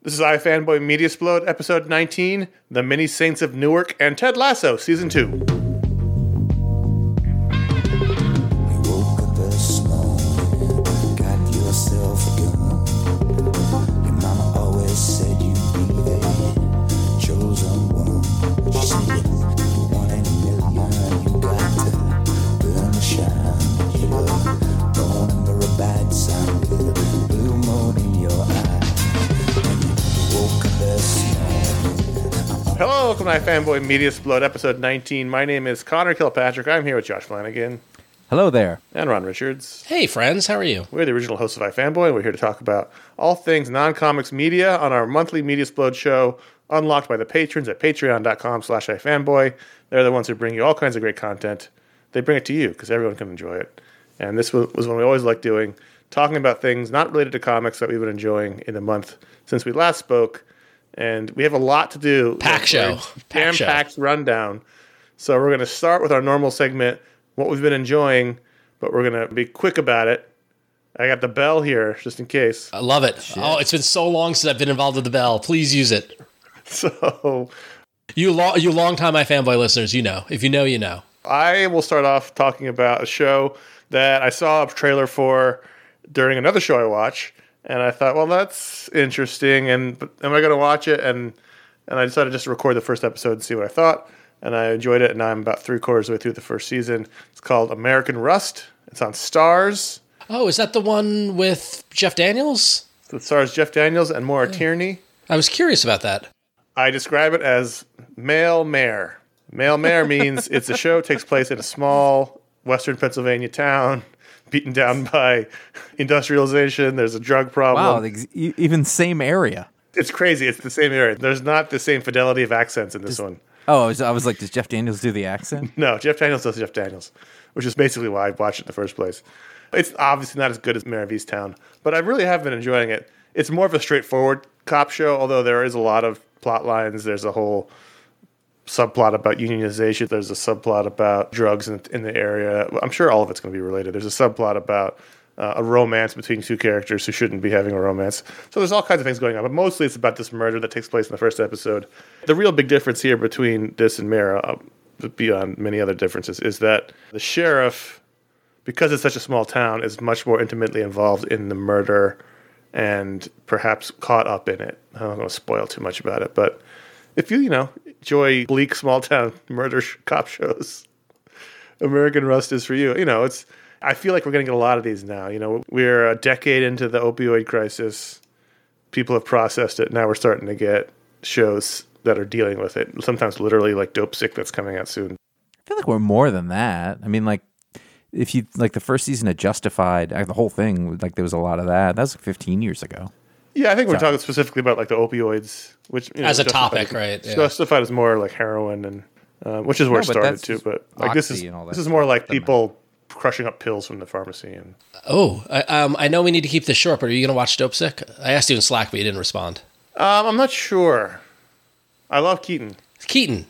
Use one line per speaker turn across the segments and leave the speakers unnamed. This is iFanboy Media Explode, episode 19 The Many Saints of Newark and Ted Lasso, season 2.
You woke up this morning, got yourself a gun. Your mama always said you'd be the chosen one. She said, one in a million, you got to burn the shine. You were born under a bad sign with a blue moon in your eye. And you woke up this morning.
Hello, welcome to iFanboy Media Explode, episode 19. My name is Connor Kilpatrick. I'm here with Josh Flanagan
Hello there.
and Ron Richards.
Hey, friends, how are you?
We're the original hosts of iFanboy, and we're here to talk about all things non-comics media on our monthly Media Explode show, unlocked by the patrons at patreon.com slash iFanboy. They're the ones who bring you all kinds of great content. They bring it to you because everyone can enjoy it. And this was, was one we always liked doing, talking about things not related to comics that we've been enjoying in the month since we last spoke. And we have a lot to do.
Pack show. Pack
Damn
show.
packed rundown. So we're going to start with our normal segment, what we've been enjoying, but we're going to be quick about it. I got the bell here just in case.
I love it. Oh, it's been so long since I've been involved with the bell. Please use it.
So
You long, you long time my fanboy listeners, you know. If you know, you know.
I will start off talking about a show that I saw a trailer for during another show I watch, and I thought, well, that's interesting, and but am I going to watch it? And and I decided just to record the first episode and see what I thought, and I enjoyed it, and I'm about three quarters of the way through the first season. It's called American Rust. It's on Stars.
Oh, is that the one with Jeff Daniels?
It stars Jeff Daniels and Maura Tierney.
I was curious about that.
I describe it as male mare. Male mare means it's a show takes place in a small western Pennsylvania town beaten down by industrialization. There's a drug problem.
Wow, the ex- e- even same area.
it's crazy. It's the same area. There's not the same fidelity of accents in this one.
Oh, I was, I was like, does Jeff Daniels do the accent?
No, Jeff Daniels does Jeff Daniels, which is basically why I watched it in the first place. It's obviously not as good as Mayor of Easttown, but I really have been enjoying it. It's more of a straightforward cop show, although there is a lot of plot lines. There's a whole subplot about unionization. There's a subplot about drugs in, in the area. I'm sure all of it's going to be related. There's a subplot about uh, a romance between two characters who shouldn't be having a romance. So there's all kinds of things going on, but mostly it's about this murder that takes place in the first episode. The real big difference here between this and Mara, uh, beyond many other differences, is that the sheriff, because it's such a small town, is much more intimately involved in the murder and perhaps caught up in it. I'm not going to spoil too much about it, but if you you know enjoy bleak small town murder sh- cop shows, American Rust is for you. You know, it's I feel like we're going to get a lot of these now. You know, we're a decade into the opioid crisis. People have processed it. Now we're starting to get shows that are dealing with it. Sometimes literally like Dope Sick that's coming out soon.
I feel like we're more than that. I mean, like, if you like the first season of Justified, uh, the whole thing, like, there was a lot of that. That was like 15 years ago.
Yeah, I think we're talking specifically about like the opioids, which you know,
As a
Justified-
topic, right, yeah.
Justified is more like heroin and uh, which is where
No,
it
but
started
that's
too.
just
But like this is
Oxy and all that
this is
stuff.
more like
Doesn't matter.
people crushing up pills from the pharmacy and
Oh, I, um, I know we need to keep this short, but are you going to watch Dope Sick? I asked you in Slack, but you didn't respond.
Um, I'm not sure. I love Keaton.
Keaton.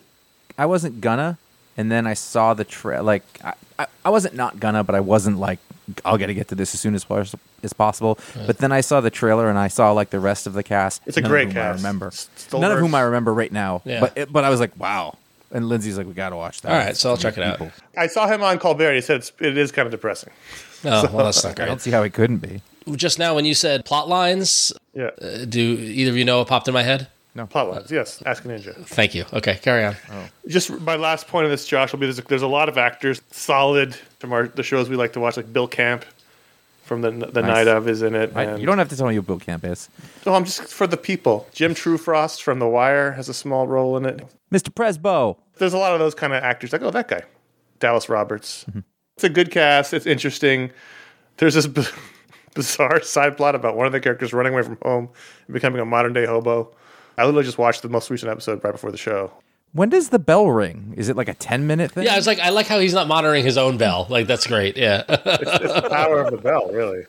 I wasn't gonna, and then I saw the tra Like, I, I, I wasn't not gonna, but I wasn't like, I'll gotta get to this as soon as, pos- as possible. But then I saw the trailer and I saw like the rest of the cast.
It's a
none
great
of whom
cast.
I remember
Stolberg.
none of whom I remember right now.
Yeah.
But it, but I was like, wow. And Lindsay's like, we gotta watch that.
All right, so I'll check it out.
I saw him on Colbert. He said it's, it is kind of depressing.
Oh, well, that's not
I don't
great.
see how it couldn't be.
just now when you said plot lines,
Yeah.
uh, do either of you know what popped in my head?
Plot lines, yes. Ask a Ninja.
Thank you. Okay, carry on.
uh,
Oh.
Just my last point on this, Josh, will be there's a, there's a lot of actors solid from our, the shows we like to watch, like Bill Camp from the the
Nice.
night of is in it.
I,
and-
you don't have to tell me who Bill Camp is.
No, I'm just for the people. Jim Truefrost from The Wire has a small role in it.
Mr. Presbo.
There's a lot of those kind of actors. Like, oh, that guy, Dallas Roberts.
Mm-hmm.
It's a good cast. It's interesting. There's this b- bizarre side plot about one of the characters running away from home and becoming a modern day hobo. I literally just watched the most recent episode right before the show.
When does the bell ring? Is it like a 10 minute thing?
Yeah, it's like I like how he's not monitoring his own bell. Like that's great. Yeah. All
Power of the bell, really.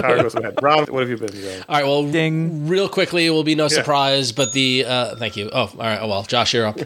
Power goes ahead. Rob, what have you been doing?
right. Well,
Ding.
real quickly, it will be no surprise, but the uh, thank you. Oh, all right. Oh well, Josh, you're up.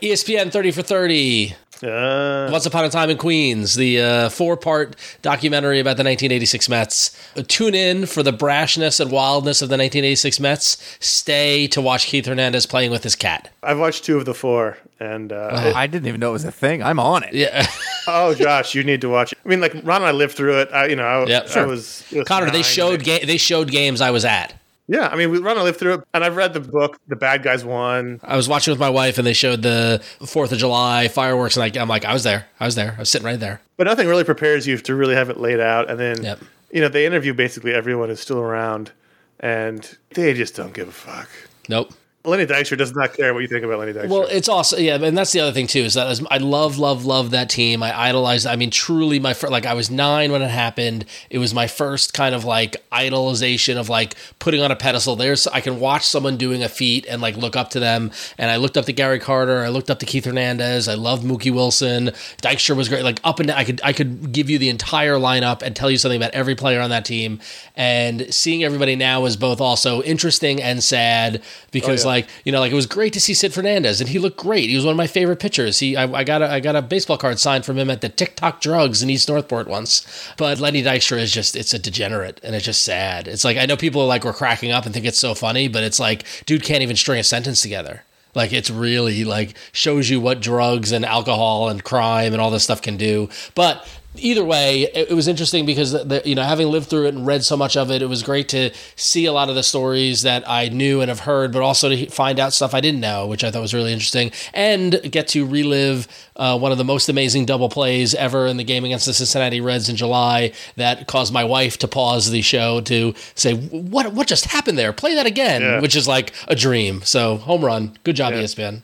E ESPN 30 for 30.
Uh,
Once Upon a Time in Queens, the uh, four part documentary about the 1986 Mets. Uh, Tune in for the brashness and wildness of the 1986 Mets. Stay to watch Keith Hernandez playing with his cat.
I've watched two of the four, and uh,
Oh, I didn't even know it was a thing. I'm on it.
Yeah.
Oh, Josh, you need to watch it. I mean, like Ron and I lived through it. I, you know, I,
Yeah,
I
sure.
was it was
Connor, they
nine,
showed ga- they showed games I was at.
Yeah, I mean, we, Ron and I lived through it, and I've read the book, The Bad Guys Won.
I was watching with my wife, and they showed the Fourth of July fireworks, and I, I'm like, I was there, I was there, I was sitting right there.
But nothing really prepares you to really have it laid out. And then,
Yep.
you know, they interview basically everyone who's still around, and they just don't give a fuck.
Nope.
Lenny Dykstra does not care what you think about Lenny Dykstra.
Well, it's also yeah, and that's the other thing too is that as- I love, love, love that team. I idolized. I mean, truly, my first like I was nine when it happened. It was my first kind of like idolization of like putting on a pedestal. There's I can watch someone doing a feat and like look up to them. And I looked up to Gary Carter. I looked up to Keith Hernandez. I love Mookie Wilson. Dykstra was great. Like up and down, I could I could give you the entire lineup and tell you something about every player on that team. And seeing everybody now is both also interesting and sad because like you know like it was great to see Sid Fernandez and he looked great. He was one of my favorite pitchers. He I, I got a I got a baseball card signed from him at the TikTok Drugs in East Northport once. But Lenny Dykstra is just it's a degenerate and it's just sad. It's like I know people like were cracking up and think it's so funny, but it's like dude can't even string a sentence together. Like it's really like shows you what drugs and alcohol and crime and all this stuff can do. But either way, it, it was interesting because the, the, you know having lived through it and read so much of it, it was great to see a lot of the stories that I knew and have heard, but also to he- find out stuff I didn't know, which I thought was really interesting, and get to relive uh, one of the most amazing double plays ever in the game against the Cincinnati Reds in July that caused my wife to pause the show to say, "What what just happened there? Play that again,"
Yeah.
which is like a dream. So home run, good job, E
Yeah.
ESPN.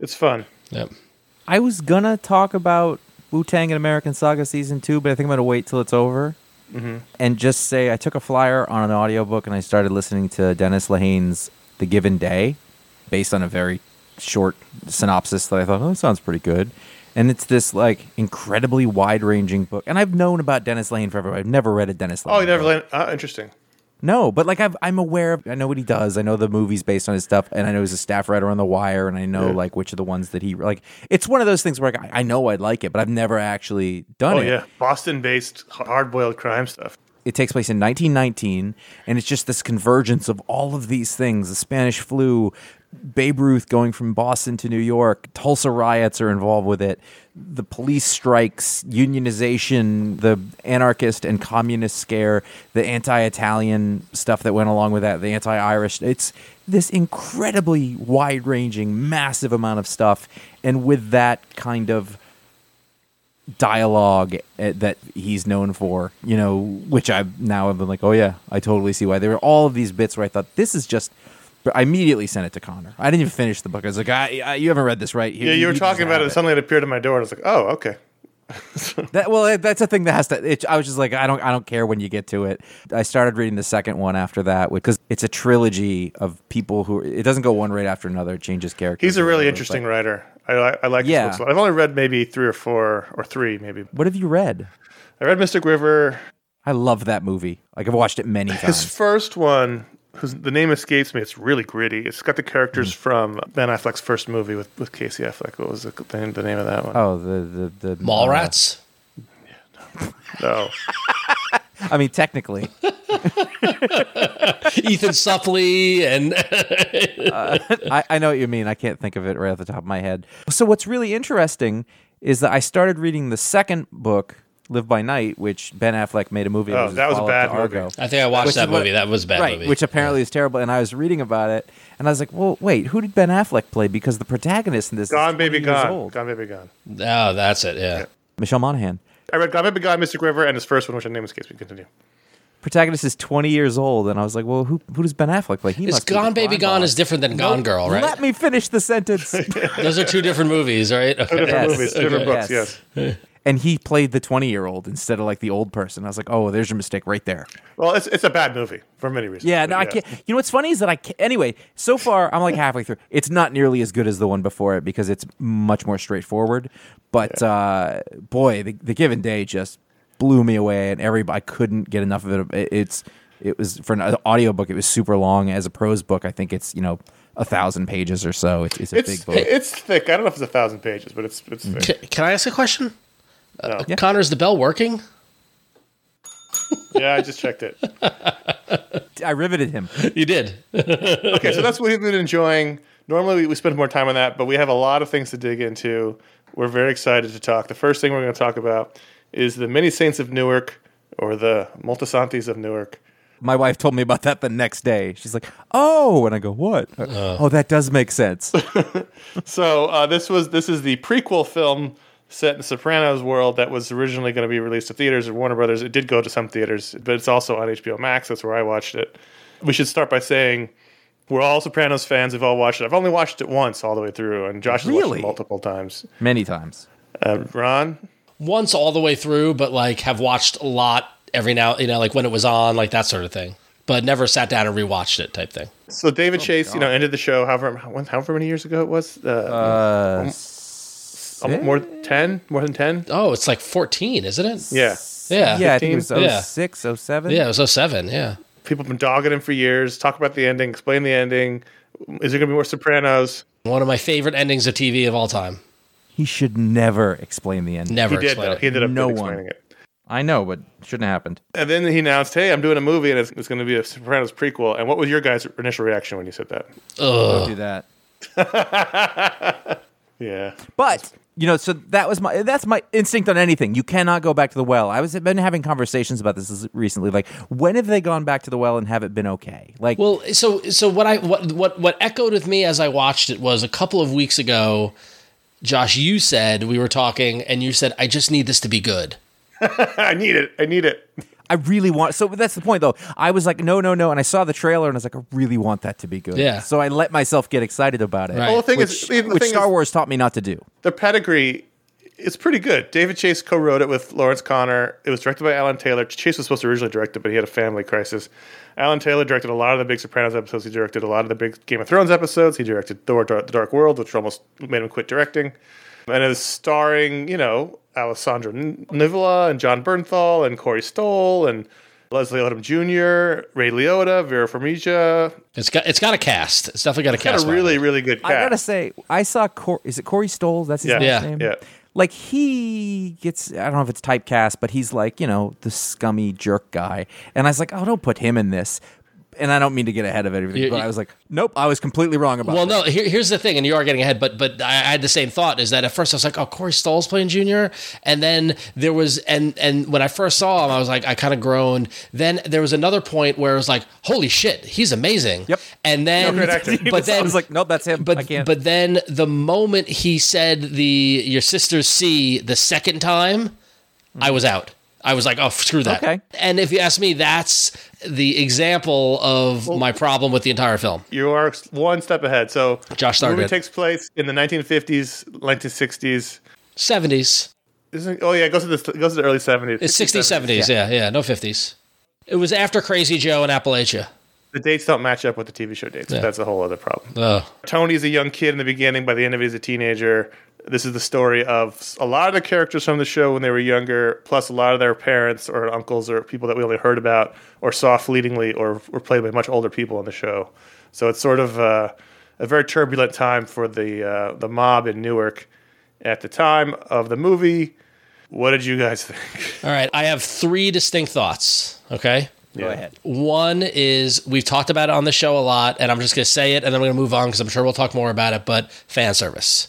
it's fun.
Yep.
I was gonna talk about Wu Tang and American Saga season two, but I think I'm gonna wait till it's over
Mm-hmm.
and just say I took a flyer on an audiobook and I started listening to Dennis Lehane's The Given Day, based on a very short synopsis that I thought, oh, that sounds pretty good. And it's this like incredibly wide ranging book. And I've known about Dennis Lehane forever. I've never read a Dennis Lehane.
Oh, you never
book.
land. Uh, interesting.
No, but like I've, I'm aware of, I know what he does. I know the movies based on his stuff, and I know he's a staff writer on The Wire, and I know like which are the ones that he like. It's one of those things where like, I, I know I'd like it, but I've never actually done
Oh,
it.
yeah. Boston based, hard boiled crime stuff.
It takes place in 1919, and it's just this convergence of all of these things: the Spanish flu, Babe Ruth going from Boston to New York, Tulsa riots are involved with it, the police strikes, unionization, the anarchist and communist scare, the anti-Italian stuff that went along with that, the anti-Irish. It's this incredibly wide-ranging, massive amount of stuff, and with that kind of dialogue uh, that he's known for, you know, which I now have been like, oh yeah, I totally see why. There were all of these bits where I thought this is just. but I immediately sent it to Connor. I didn't even finish the book. I was like, I, I, you haven't read this, right? Here,
Yeah, you were
can
talking
just
about it,
have
and suddenly it appeared at my door, and I was like, oh, okay.
That, well, it- that's a thing that has to. It, I was just like, I don't, I don't care when you get to it. I started reading the second one after that because it's a trilogy of people who. It doesn't go one right after another. It changes characters.
He's a
or
really
whatever,
interesting
but-
writer. I, li- I like his
Yeah.
books a lot. I've only read maybe three or four, or three maybe.
What have you read?
I read Mystic River.
I love that movie. Like I've watched it many
His
times.
first one, whose the name escapes me, it's really gritty. It's got the characters
Hmm.
from Ben Affleck's first movie with, with Casey Affleck. What was the, the, name, the name of that one?
oh, the the the
Mallrats.
uh,
No.
I mean, technically.
Ethan Suppley and Oh,
I, I know what you mean. I can't think of it right off the top of my head. So what's really interesting is that I started reading the second book Live by Night, which Ben Affleck made a movie.
Oh,
his
that was a
follow-up
bad
to
movie.
Argo.
I think I watched
Which
that
is what-
movie. That was a bad
right,
movie.
which apparently is terrible. And I was reading about it, and I was like, "Well, wait, who did Ben Affleck play?" Because the protagonist in this
Gone
is
Baby
20 years
Gone.
old.
Gone Baby Gone.
oh, that's it. Yeah.
Michelle Monaghan.
I read Gone Baby Gone, Mystic River, and his first one, which I name escapes me. Continue.
Protagonist is twenty years old, and I was like, "Well, who who does Ben Affleck play?" He
It's
must be
Gone
the
Baby
crime
Gone
boss.
is different than Gone Girl, right?
Let me finish the sentence.
Those are two different movies, right? Okay.
Different
Yes.
movies, different
Okay.
books. Yes.
Yes. and he played the twenty-year-old instead of like the old person. I was like, "Oh, there's your mistake right there."
Well, it's it's a bad movie for many reasons.
Yeah,
but
no, I can't. You know what's funny is that I can't, anyway. So far, I'm like halfway through. It's not nearly as good as the one before it because it's much more straightforward. But uh, boy, the, the given day just blew me away, and every I couldn't get enough of it. It- It's it was for an uh, audiobook. It was super long. As a prose book, I think it's you know a thousand pages or so. It's, it's a
It's
big book.
it's thick. I don't know if it's a thousand pages, but it's it's thick.
Ca- Can I ask a question? Uh,
Yeah.
Connor, is the bell working?
yeah, I just checked it.
I riveted him.
You did.
Okay, so that's what we've been enjoying. Normally, we, we spend more time on that, but we have a lot of things to dig into. We're very excited to talk. The first thing we're going to talk about is the Many Saints of Newark, or the Multisantis of Newark.
My wife told me about that the next day. She's like, "Oh," and I go, "What?
Uh.
oh, that does make sense."
So uh, this was this is the prequel film set in Sopranos world that was originally going to be released to theaters at Warner Brothers. It did go to some theaters, but it's also on HBO Max. That's where I watched it. We should start by saying we're all Sopranos fans. We've all watched it. I've only watched it once all the way through, and Josh has watched
Really?
it multiple times.
Many times.
Uh, Ron,
Once all the way through, but like have watched a lot every now, you know, like when it was on, like that sort of thing. But never sat down and rewatched it type thing.
So David Chase, you know, ended the show however how- however many years ago it was, uh,
Uh,
um, more than ten, more than ten.
Oh, it's like 14, isn't it?
Yeah,
Yeah.
Yeah, I think
15?
it was
Yeah.
06, 07.
Yeah, it was 07. Yeah.
people have been dogging him for years. Talk about the ending, explain the ending. Is there going to be more Sopranos?
One of my favorite endings of TV of all time.
He should never explain the end.
Never
He did
explained
though.
it.
He ended up
No
explaining
one.
it.
I know, but shouldn't have happened.
And then he announced, "Hey, I'm doing a movie, and it's, it's going to be a Sopranos prequel." And what was your guys' initial reaction when you said that?
Don't do that.
Yeah,
But you know, so that was my that's my instinct on anything. You cannot go back to the well. I was I've been having conversations about this recently. Like, when have they gone back to the well and have it been okay? Like,
Well, so so what I what what what echoed with me as I watched it was a couple of weeks ago, Josh, you said we were talking, and you said I just need this to be good.
"Ah, I need it. I need it.
I really want. So that's the point, though. I was like, no, no, no, and I saw the trailer and I was like, I really want that to be good.
Yeah.
So I let myself get excited about it.
The
Right.
whole thing
Which,
is, the
which
thing
Star
is,
Wars taught me not to do.
the pedigree is pretty good. David Chase co-wrote it with Lawrence Connor. It was directed by Alan Taylor. Chase was supposed to originally direct it, but he had a family crisis. Alan Taylor directed a lot of the big Sopranos episodes. He directed a lot of the big Game of Thrones episodes. He directed Thor: Dar- The Dark World, which almost made him quit directing. And it was starring, you know, Alessandra N- Nivola and John Bernthal and Corey Stoll and Leslie Odom Jr., Ray Liotta, Vera Farmiga.
It's got it's got a cast. It's definitely got a
Got
cast.
a
behind
really,
it.
really good cast.
I gotta say, I saw Cor- is it Corey Stoll? That's his
Yeah.
last
Yeah.
name.
Yeah.
Like he gets, I don't know if it's typecast, but he's like you know the scummy jerk guy, and I was like, oh, don't put him in this. And I don't mean to get ahead of everything,
You-
but
you-
I was like, nope, I was completely wrong about.
Well,
that.
no. Here, here's the thing, and you are getting ahead, but but I, I had the same thought. Is that at first I was like, oh, Corey Stoll's playing Junior, and then there was and and when I first saw him, I was like, I kind of groaned. Then there was another point where it was like, holy shit, he's amazing.
Yep.
And then,
great actor.
He
but
was-
then
I was like, nope, that's him.
But
I can't.
but then the moment he said the your sister's C the second time, I was out. I was like, oh, screw that.
Okay.
And if you ask me, that's the example of my problem with the entire film.
You are one step ahead. So
Josh
the movie
started.
takes place in the 1950s, 1960s.
70s.
Isn't, oh yeah, it goes to the it goes to the early 70s.
It's 60s, 70s. Yeah, yeah, no 50s. It was after Crazy Joe and Appalachia.
The dates don't match up with the TV show dates. but That's a whole other problem.
Ugh.
Tony's a young kid in the beginning. By the end of it, he's a teenager. This is the story of a lot of the characters from the show when they were younger, plus a lot of their parents or uncles or people that we only heard about or saw fleetingly or were played by much older people on the show. So it's sort of uh, a very turbulent time for the uh, the mob in Newark at the time of the movie. What did you guys think?
All right, I have three distinct thoughts, okay?
Go ahead.
One is we've talked about it on the show a lot, and I'm just going to say it and I'm going to move on because I'm sure we'll talk more about it. But fan service.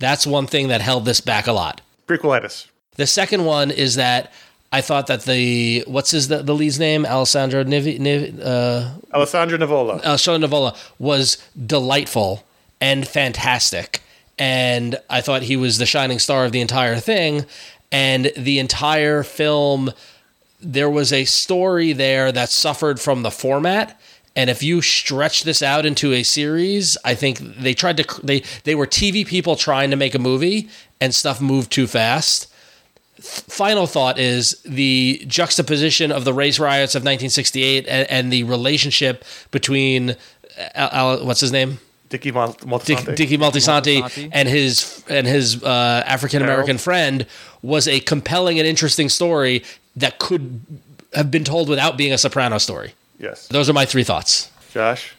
That's one thing that held this back a lot.
Prequelitis.
The second one is that I thought that the what's his the, the lead's name Alessandro Nivi, Nivi uh,
Alessandra Nivola.
Alessandro Nivola uh, was delightful and fantastic, and I thought he was the shining star of the entire thing, and the entire film. There was a story there that suffered from the format. And if you stretch this out into a series, I think they tried to they they were TV people trying to make a movie and stuff moved too fast final thought is the juxtaposition of the race riots of 1968 and, and the relationship between Al, Al, what's his name
Dickie Mon-
Dick,
Montesanti.
Dickie Maltisanti
Maltisanti.
and his and his uh, African American friend was a compelling and interesting story that could have been told without being a Soprano story.
Yes.
Those are my three thoughts.
Josh,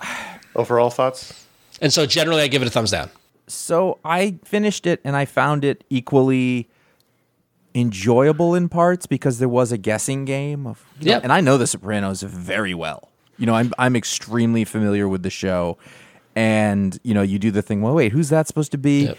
overall thoughts?
And so generally, I give it a thumbs down.
So I finished it and I found it equally enjoyable in parts because there was a guessing game of
Yeah.
and I know the Sopranos very well. You know, I'm I'm extremely familiar with the show and you know, you do the thing, well wait, who's that supposed to be?
Yep.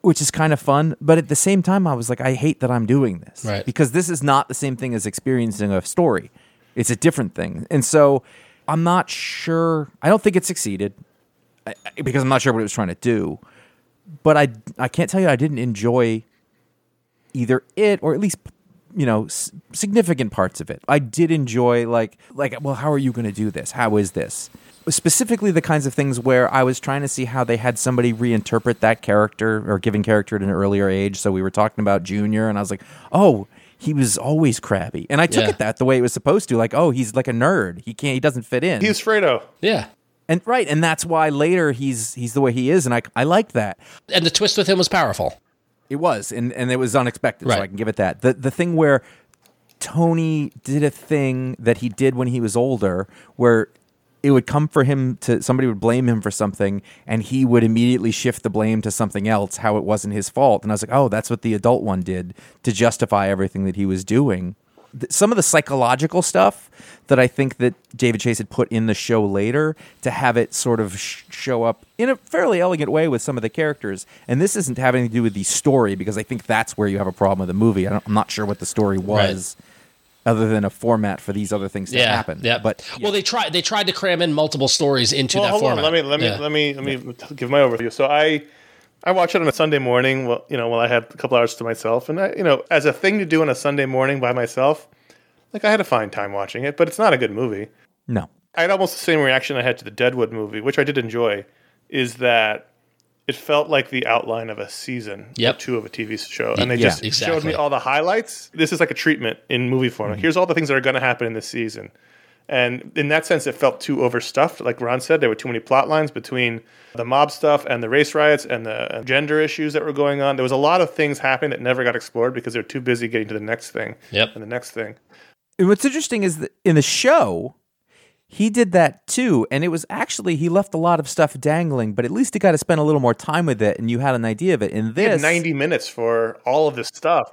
Which is kind of fun, but at the same time I was like I hate that I'm doing this
Right.
because this is not the same thing as experiencing a story. It's a different thing. And so I'm not sure. I don't think it succeeded I- I- because I'm not sure what it was trying to do but I I can't tell you I didn't enjoy either it or at least you know s- significant parts of it. I did enjoy like like well how are you going to do this? How is this? Specifically the kinds of things where I was trying to see how they had somebody reinterpret that character or given character at an earlier age. So we were talking about Junior and I was like, "Oh, he was always crabby." And I took
Yeah.
it that the way it was supposed to like, "Oh, he's like a nerd. He can't he doesn't fit in."
He's Fredo.
Yeah.
and right, and that's why later he's he's the way he is and I I liked that.
And the twist with him was powerful.
It was, and, and it was unexpected,
Right.
so I can give it that. The the thing where Tony did a thing that he did when he was older, where it would come for him to somebody would blame him for something, and he would immediately shift the blame to something else, how it wasn't his fault. And I was like, oh, that's what the adult one did to justify everything that he was doing. Th- Some of the psychological stuff that I think that David Chase had put in the show later to have it sort of sh- show up in a fairly elegant way with some of the characters. And this isn't having to do with the story because I think that's where you have a problem with the movie. I don't, I'm not sure what the story was other than a format for these other things to
Yeah.
happen.
Yeah.
But
well, they tried they tried to cram in multiple stories into
Well,
that
hold
format.
on. Let me let me
Yeah.
let me let me give my overview. So I I watched it on a Sunday morning. Well, you know, while I had a couple hours to myself, and I, you know, as a thing to do on a Sunday morning by myself, like I had a fine time watching it. But it's not a good movie.
no.
I had almost the same reaction I had to the Deadwood movie, which I did enjoy. Is that it felt like the outline of a season
Yep.
or two of a TV show, and they
Yeah,
just showed
exactly. Mm-hmm.
me all the highlights. This is like a treatment in movie form. Like, here's all the things that are going to happen in this season. And in that sense, it felt too overstuffed. Like Ron said, there were too many plot lines between the mob stuff and the race riots and the gender issues that were going on. There was a lot of things happening that never got explored because they were too busy getting to the next thing
Yep.
and the next thing.
And what's interesting is that in the show, he did that too, and it was actually he left a lot of stuff dangling, but at least he got to spend a little more time with it, and you had an idea of it. In
They had
this,
90 minutes for all of this stuff.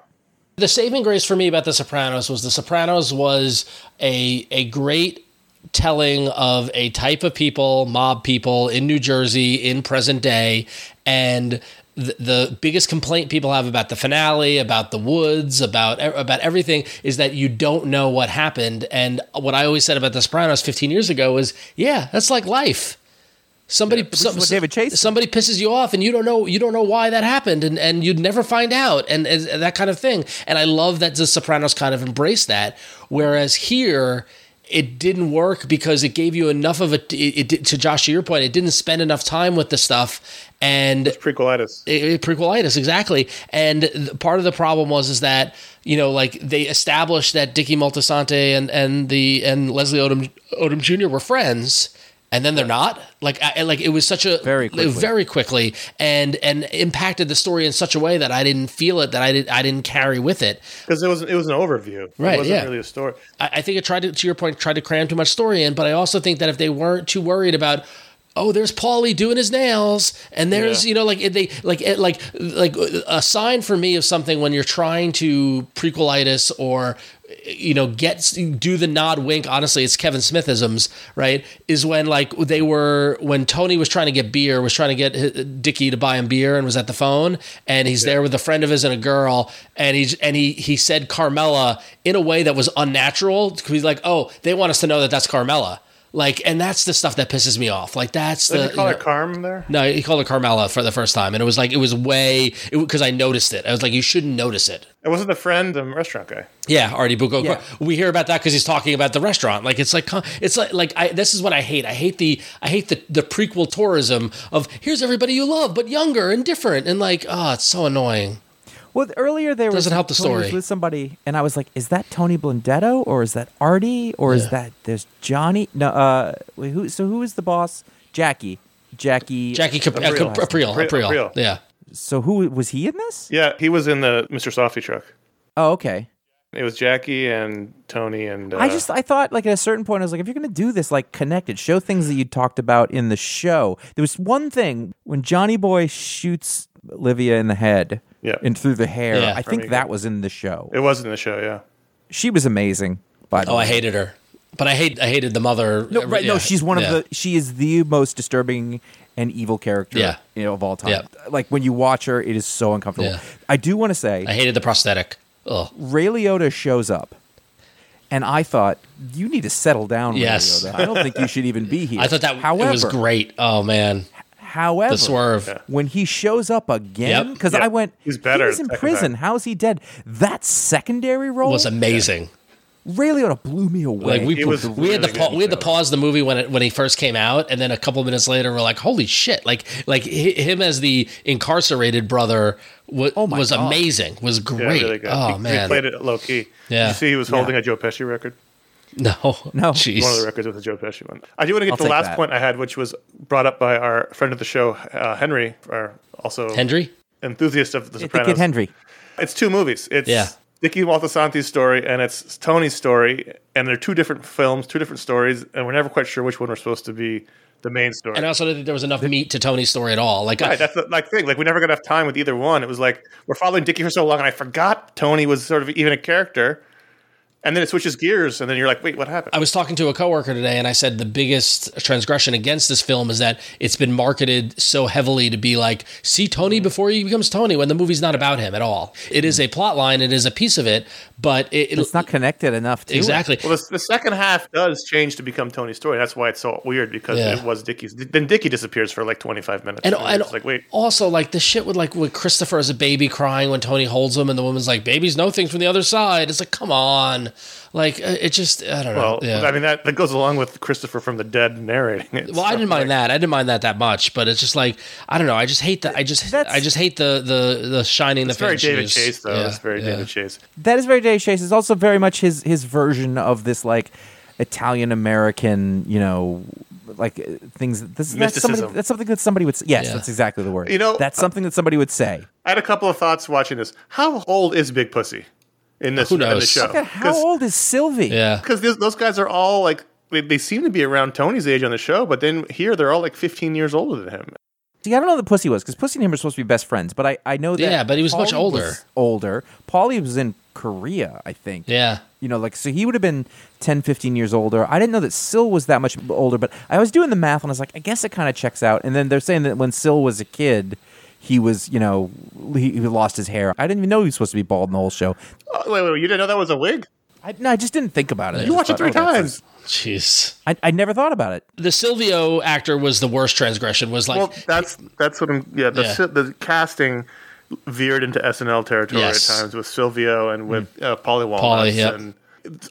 the saving grace for me about the sopranos was the sopranos was a a great telling of a type of people mob people in new jersey in present day and the, the biggest complaint people have about the finale about the woods about e, about everything is that you don't know what happened and what i always said about the sopranos 15 years ago was yeah that's like life somebody some-
what David Chase did.
somebody pisses you off and you don't know you don't know why that happened and, and you'd never find out and, and that kind of thing and i love that the sopranos kind of embraced that whereas here it didn't work because it gave you enough of a it, it did- to josh to your point it didn't spend enough time with the stuff and
Prequelitis.
it, it- eh, prequelitis exactly and th- part of the problem was is that you know like they established that Dicky Moltisanti and and the and Leslie Odom Odom Jr were friends and then they're not like I, like it was such a
Very quickly.
very quickly and and impacted the story in such a way that I didn't feel it that I didn't I didn't carry with it
because it was it was an overview.
Right,
It wasn't
yeah.
really a story.
I, I think it tried to, to your point, tried to cram too much story in. But I also think that if they weren't too worried about oh, there's Paulie doing his nails, and there's
Yeah.
you know like it- they like it, like like a sign for me of something when you're trying to prequelitis or you know get do the nod wink. Honestly, it's Kevin Smithisms, right? Is when like they were when Tony was trying to get beer, was trying to get hi- Dickie to buy him beer, and was at the phone, and he's there with a friend of his and a girl, and he's and he he said Carmela in a way that was unnatural. 'cause He's like, oh, they want us to know that that's Carmela. Like, and that's the stuff that pisses me off. Like, that's
Did
the.
you call
you
it
know-
Carm there?
no, he called her Carmela for the first time, and it was like it was way because I noticed it. I was like, you shouldn't notice it.
It wasn't the friend, um, restaurant guy.
Yeah, Artie Bucco.
Yeah.
We hear about that because he's talking about the restaurant. Like it's like huh, it's like like I, this is what I hate. I hate the I hate the the prequel tourism of here's everybody you love but younger and different and like oh it's so annoying.
Well, th- earlier there was
Doesn't help the
Tony was
story.
with somebody, and I was like, "Is that Tony Blundetto or is that Artie or is that there's Johnny?" No, uh, wait, who? So who is the boss? Jackie, Jackie,
Jackie Cap- uh,
Aprile.
April. April.
Aprile,
April.
Aprile.
Yeah.
So who was he in this?
Yeah, he was in the Mr. Softy truck.
Oh, okay.
It was Jackie and Tony and uh,
I just I thought like at a certain point I was like, if you're gonna do this, like connect it, show things that you talked about in the show. There was one thing when Johnny Boy shoots Olivia in the head,
Yeah.
and through the hair.
Yeah.
I think that was in the show.
it was in the show. Yeah,
She was amazing. By the
Oh,
way.
I hated her, but I hate I hated the mother.
No, right?
Yeah.
No, she's one
Yeah.
of the. She is the most disturbing and evil character
Yeah.
you know, of all time.
Yeah.
Like when you watch her, it is so uncomfortable.
Yeah.
I do want to say,
I hated the prosthetic. Oh
Ray Liotta shows up, and I thought you need to settle down. Ray
Yes.
Liotta. I don't think you should even be here.
I thought that
however,
it was great. Oh man,
However,
the swerve.
when he shows up again,
Yep.
because
Yep.
I went,
He's better
He was
the
in
second
prison.
time."
How's he dead? That secondary role
was amazing.
Ray Liotta blew me away.
Like we,
It was
we had to
really
pa-
good.
we had to pause the movie when it when he first came out, and then a couple minutes later we're like, holy shit! Like like hi- him as the incarcerated brother wa-
Oh my
was
God.
amazing, was
yeah,
great.
really good.
Oh
he, he
man,
played it low key.
Yeah.
you see, he was holding a Joe Pesci record.
no
No.
One of the
jeez.
records with the Joe Pesci one. I do want to get
I'll
to the
take
last
that.
point I had, which was brought up by our friend of the show, uh, Henry, our also
Hendry,
enthusiast of The
the
Sopranos.
kid Henry.
It's two movies. It's
Yeah.
Dickie Maltasanti's story and it's Tony's story, and they're two different films, two different stories, and we're never quite sure which one we're supposed to be the main story.
and I also don't think there was enough meat to Tony's story at all. Like
Right, that's the like thing. Like we never got enough time with either one. It was like we're following Dickie for so long, and I forgot Tony was sort of even a character. And then it switches gears, and then you're like, wait, what happened?
I was talking to a coworker today, and I said the biggest transgression against this film is that it's been marketed so heavily to be like, see Tony
Mm-hmm.
before he becomes Tony, when the movie's not about him at all. It is a plot line, it is a piece of it, but it,
Mm-hmm. It's not connected enough to it.
exactly.
Well, the, the second half does change to become Tony's story. That's why it's so weird because
Yeah.
it was Dickie's. Then Dickie disappears for like 25 minutes.
And,
you're
and
just like, wait,
also like the shit with like with Christopher as a baby crying when Tony holds him and the woman's like babies know things from the other side. It's like come on, like uh, it just I don't
well,
know. Yeah.
I mean, that, that goes along with Christopher from the dead narrating it.
well, I
So,
didn't mind that. I didn't mind that that much, but it's just like I don't know. I just hate that. I just
That's-
I just hate the the the shining.
It's
the
very
fan
David
shoes.
Chase, though.
Yeah,
it's very
yeah.
David Chase.
that is very David Chase. It's also very much his his version of this like Italian American, you know, like uh, things. that- This, that's something.
Mysticism.
That's something that somebody would. s- Yes,
Yeah.
that's exactly the word.
You know- uh,
that's something that somebody would say.
I had a couple of thoughts watching this. How old is Big Pussy in this,
Who
in the
knows?
show?
Look
God, How old is Sylvie?
Yeah.
because those, those guys are all like they, they seem to be around Tony's age on the show, but then here they're all like 15 years older than him.
See, I don't know the pussy was because pussy and him are supposed to be best friends, but I I know that.
Yeah, but he was much
Paulie
older.
older. Paulie was in Korea, I think.
Yeah.
You know, like, so he would have been 10, 15 years older. I didn't know that Syl was that much older, but I was doing the math and I was like, I guess it kind of checks out. And then they're saying that when Syl was a kid, he was, you know, he, he lost his hair. I didn't even know he was supposed to be bald in the whole show.
Oh, wait, wait, you didn't know that was a wig?
I, no, I just didn't think about it. I
You
just
watched it
thought,
three
oh, that's
times.
Jeez.
it. I, I never thought about it.
The Silvio actor was the worst transgression. Was like
well, that's that's what I'm. Yeah, the
Yeah.
si- the casting veered into SNL territory
Yes. Mm.
at times with Silvio and with uh, Polly Walnuts.
Pauly, yep.
and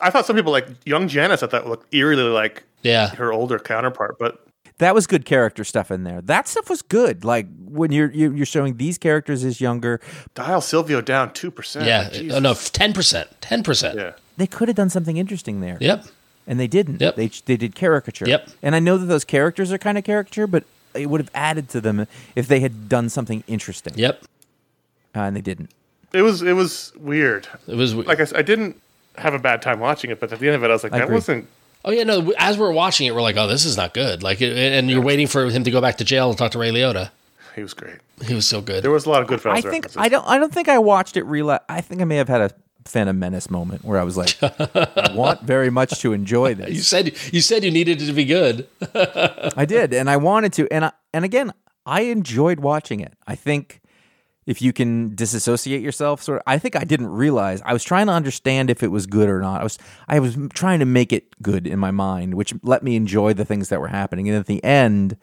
I thought some people like young Janice. I thought looked eerily like
yeah.
her older counterpart, but
that was good character stuff in there. That stuff was good. Like when you're you're you're showing these characters as younger,
dial Silvio down two percent.
Yeah, oh, no, ten percent, ten percent.
Yeah.
they could have done something interesting there.
Yep.
and they didn't.
Yep.
They they did caricature.
Yep.
And I know that those characters are kind of caricature, but it would have added to them if they had done something interesting.
Yep.
Uh, and they didn't.
It was it was weird.
It was
Like I, s- I didn't have a bad time watching it, but at the end of it, I was like, that
agree.
wasn't
Oh yeah, no. w- As we're watching it, we're like, "Oh, this is not good." Like, it- and you're waiting for him to go back to jail and talk to Ray Liotta.
He was great.
He was so good.
There was a lot of good
I
films.
think I don't. I don't think I watched it. Real. I think I may have had a Phantom Menace moment where I was like, I want very much to enjoy
you
this.
said you said you needed it to be good.
I did, and I wanted to, and I, and again, I enjoyed watching it. I think if you can disassociate yourself, sort of, I think I didn't realize I was trying to understand if it was good or not. I was I was trying to make it good in my mind, which let me enjoy the things that were happening. And at the end,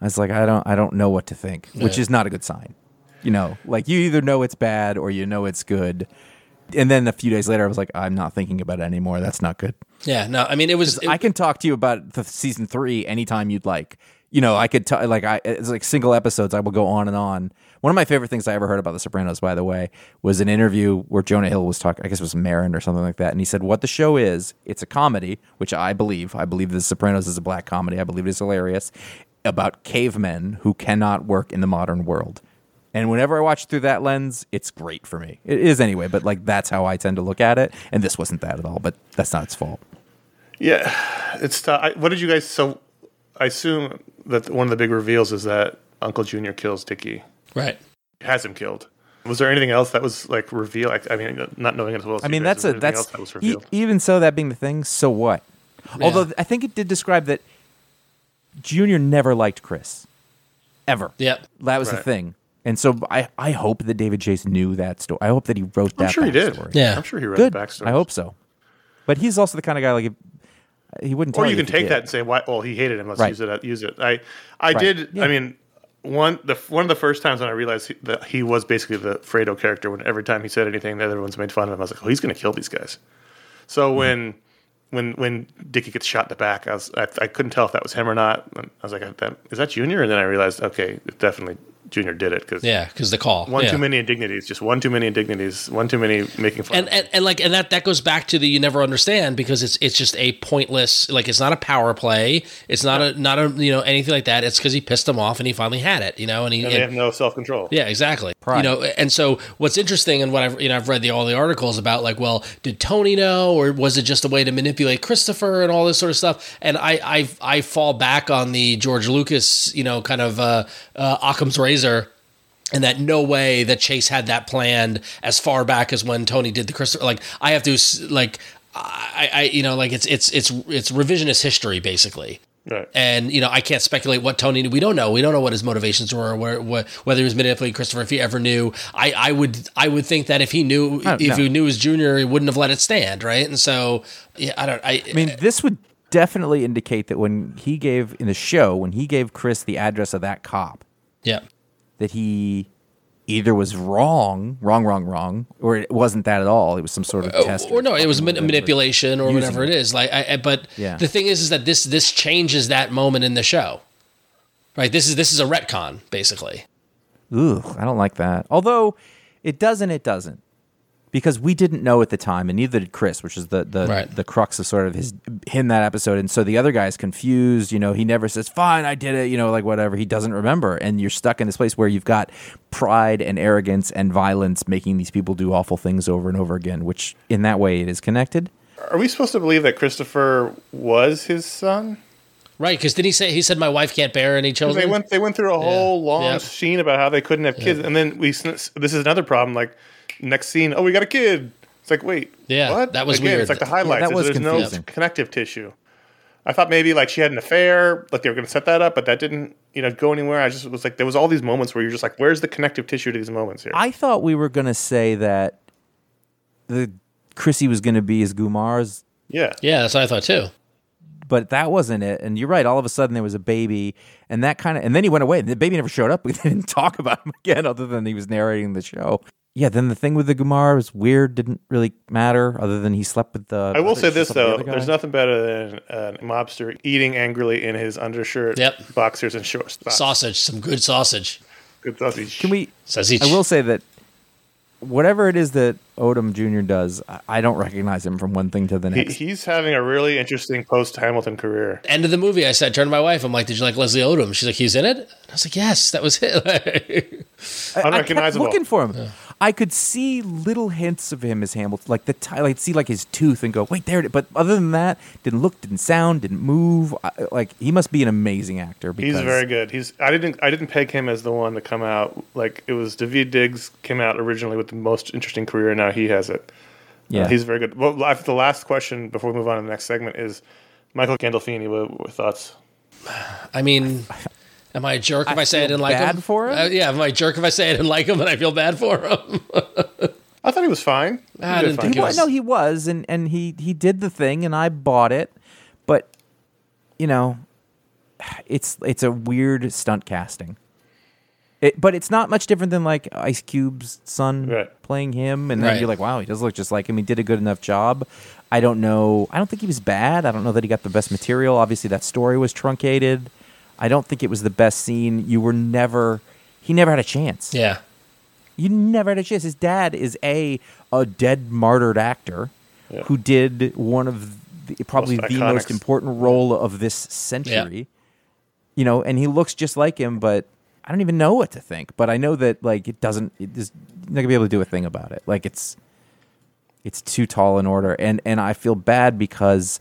I was like, I don't I don't know what to think, which is not a good sign. You know, like you either know it's bad or you know it's good. And then a few days later, I was like, I'm not thinking about it anymore. That's not good.
Yeah, no. I mean, it was. it-
I can talk to you about the season three anytime you'd like. You know, I could t- like I it's like single episodes. I will go on and on. One of my favorite things I ever heard about The Sopranos, by the way, was an interview where Jonah Hill was talking. I guess it was Marin or something like that, and he said, "What the show is? It's a comedy, which I believe. I believe The Sopranos is a black comedy. I believe it is hilarious about cavemen who cannot work in the modern world." And whenever I watch through that lens, it's great for me. It is anyway, but like that's how I tend to look at it. And this wasn't that at all, but that's not its fault.
Yeah, it's tough. I, what did you guys? So, I assume that one of the big reveals is that Uncle Junior kills Dickie,
right.
has him killed. Was there anything else that was like revealed? Like, I mean, not knowing it as well. As
I
you
mean,
guys, is
that's
there
a
anything
that's
else that was
e-
revealed.
even so that being the thing. So what? Although th- I think it did describe that Junior never liked Chris, ever.
Yep.
that was the
Right.
thing. And so I I hope that David Chase knew that story. I hope that he wrote that.
I'm sure he did.
backstory.
Yeah.
I'm sure he read
good.
the backstory.
I hope so. But he's also the kind of guy like if, he wouldn't. Tell
or you
if
can
he
take
did.
that and say, "Why? Well, he hated him. Let's
Right.
use it. uh, Use it." I, I
Right.
did.
Yeah.
I mean, one the one of the first times when I realized he, that he was basically the Fredo character. When every time he said anything, everyone's made fun of him. I was like, "Oh, he's going to kill these guys." So
Mm-hmm.
when when when Dickie gets shot in the back, I was I, I couldn't tell if that was him or not. And I was like, that, "Is that Junior?" And then I realized, okay, it definitely Junior did it because
Yeah, because the call.
one
yeah.
too many indignities, just one too many indignities, one too many making fun.
and,
of him.
and and like and that that goes back to the you never understand because it's it's just a pointless like it's not a power play it's not a not a you know anything like that it's because he pissed them off and he finally had it you know and he
And they have
and-
no self control.
yeah, exactly.
Pride.
You know, and so what's interesting and what I've you know I've read the all the articles about like, well, did Tony know or was it just a way to manipulate Christopher and all this sort of stuff? And I I I fall back on the George Lucas, you know, kind of uh, uh Occam's razor and that no way that Chase had that planned as far back as when Tony did the Christopher like I have to s- like I, I you know like it's it's it's it's revisionist history basically
Right.
and you know I can't speculate what Tony knew. We don't know. We don't know what his motivations were, or where, wh- whether he was manipulating Christopher. If he ever knew, I, I would I would think that if he knew
Oh,
if
no.
he knew his junior, he wouldn't have let it stand, right? And so yeah, I don't. I,
I mean, this would definitely indicate that when he gave in the show when he gave Chris the address of that cop,
yeah,
that he either was wrong, wrong, wrong, wrong, or it wasn't that at all. It was some sort of test.
Oh, or no, it was man-
whatever.
manipulation or
Using
whatever it
it.
is. Like, I, I, but
Yeah.
the thing is, is that this this changes that moment in the show, right? This is this is a retcon basically.
Ugh, I don't like that. Although it doesn't, it doesn't. Because we didn't know at the time, and neither did Chris, which is the the,
Right.
the crux of sort of his him that episode. And so the other guy's confused. You know, he never says, "Fine, I did it." You know, like whatever. He doesn't remember, and you're stuck in this place where you've got pride and arrogance and violence making these people do awful things over and over again. Which, in that way, it is connected.
Are we supposed to believe that Christopher was his son?
Right, because didn't he say he said my wife can't bear any children?
They went. They went through a whole long
Yeah.
scene about how they couldn't have kids, and then we. sn- This is another problem. Like next scene, oh, we got a kid. It's like wait,
Yeah,
what?
that was
Again,
weird.
It's like the
Yeah,
highlights.
that was
There's
confusing.
no connective tissue. I thought maybe like she had an affair, like they were going to set that up, but that didn't, you know, go anywhere. I just was like, there was all these moments where you're just like, where's the connective tissue to these moments here?
I thought we were gonna say that the Chrissy was gonna be his Gumar's
yeah,
yeah, that's what I thought too.
but that wasn't it. And you're right. All of a sudden, there was a baby, and that kind of, and then he went away. The baby never showed up. We didn't talk about him again, other than he was narrating the show. Yeah. Then the thing with the Gumar was weird. Didn't really matter, other than he slept with the.
I will say this though:
the other
there's
guy.
nothing better than uh, a mobster eating angrily in his undershirt,
Yep.
boxers, and shorts.
Sausage, some good sausage.
Good sausage.
Can we?
Sausage.
I will say that whatever it is that Odom Jr. does, I- I don't recognize him from one thing to the
He,
next.
he's having a really interesting post Hamilton career.
end of the movie, I said, turned to my wife, I'm like, did you like Leslie Odom? She's like, he's in it? And I was like, yes, that was it.
I kept
Unrecognizable.
looking for him. I could see little hints of him as Hamilton, like the t- like see like his tooth and go, wait, there it. Is. But other than that, didn't look, didn't sound, didn't move. I, like he must be an amazing actor. Because
He's very good. He's I didn't I didn't peg him as the one to come out like it was David Diggs came out originally with the most interesting career and now he has it.
Yeah,
Uh, he's very good. Well, I- the last question before we move on to the next segment is Michael Gandolfini. What, what thoughts?
I mean, am I a jerk if I, say I
feel
didn't like
bad
him?
for him?
Uh, yeah, am I a jerk if I say I didn't like him and I feel bad for him?
I thought he was fine. He
I
did
didn't
fine.
think
He was,
Yes.
no, he was, and and he he did the thing, and I bought it, but you know, it's it's a weird stunt casting. It, but it's not much different than like Ice Cube's son
Right.
playing him, and then
Right.
you're like, wow, he does look just like him. He did a good enough job. I don't know. I don't think he was bad. I don't know that he got the best material. Obviously, that story was truncated. I don't think it was the best scene. You were never. He never had a chance.
yeah.
You never had a chance. His dad is a a dead martyred actor who did one of the, probably
Most
the
iconic.
most important role of this century. You know, and he looks just like him, but I don't even know what to think. But I know that like it doesn't. It is you're not gonna be able to do a thing about it. Like it's it's too tall an order, and and I feel bad because.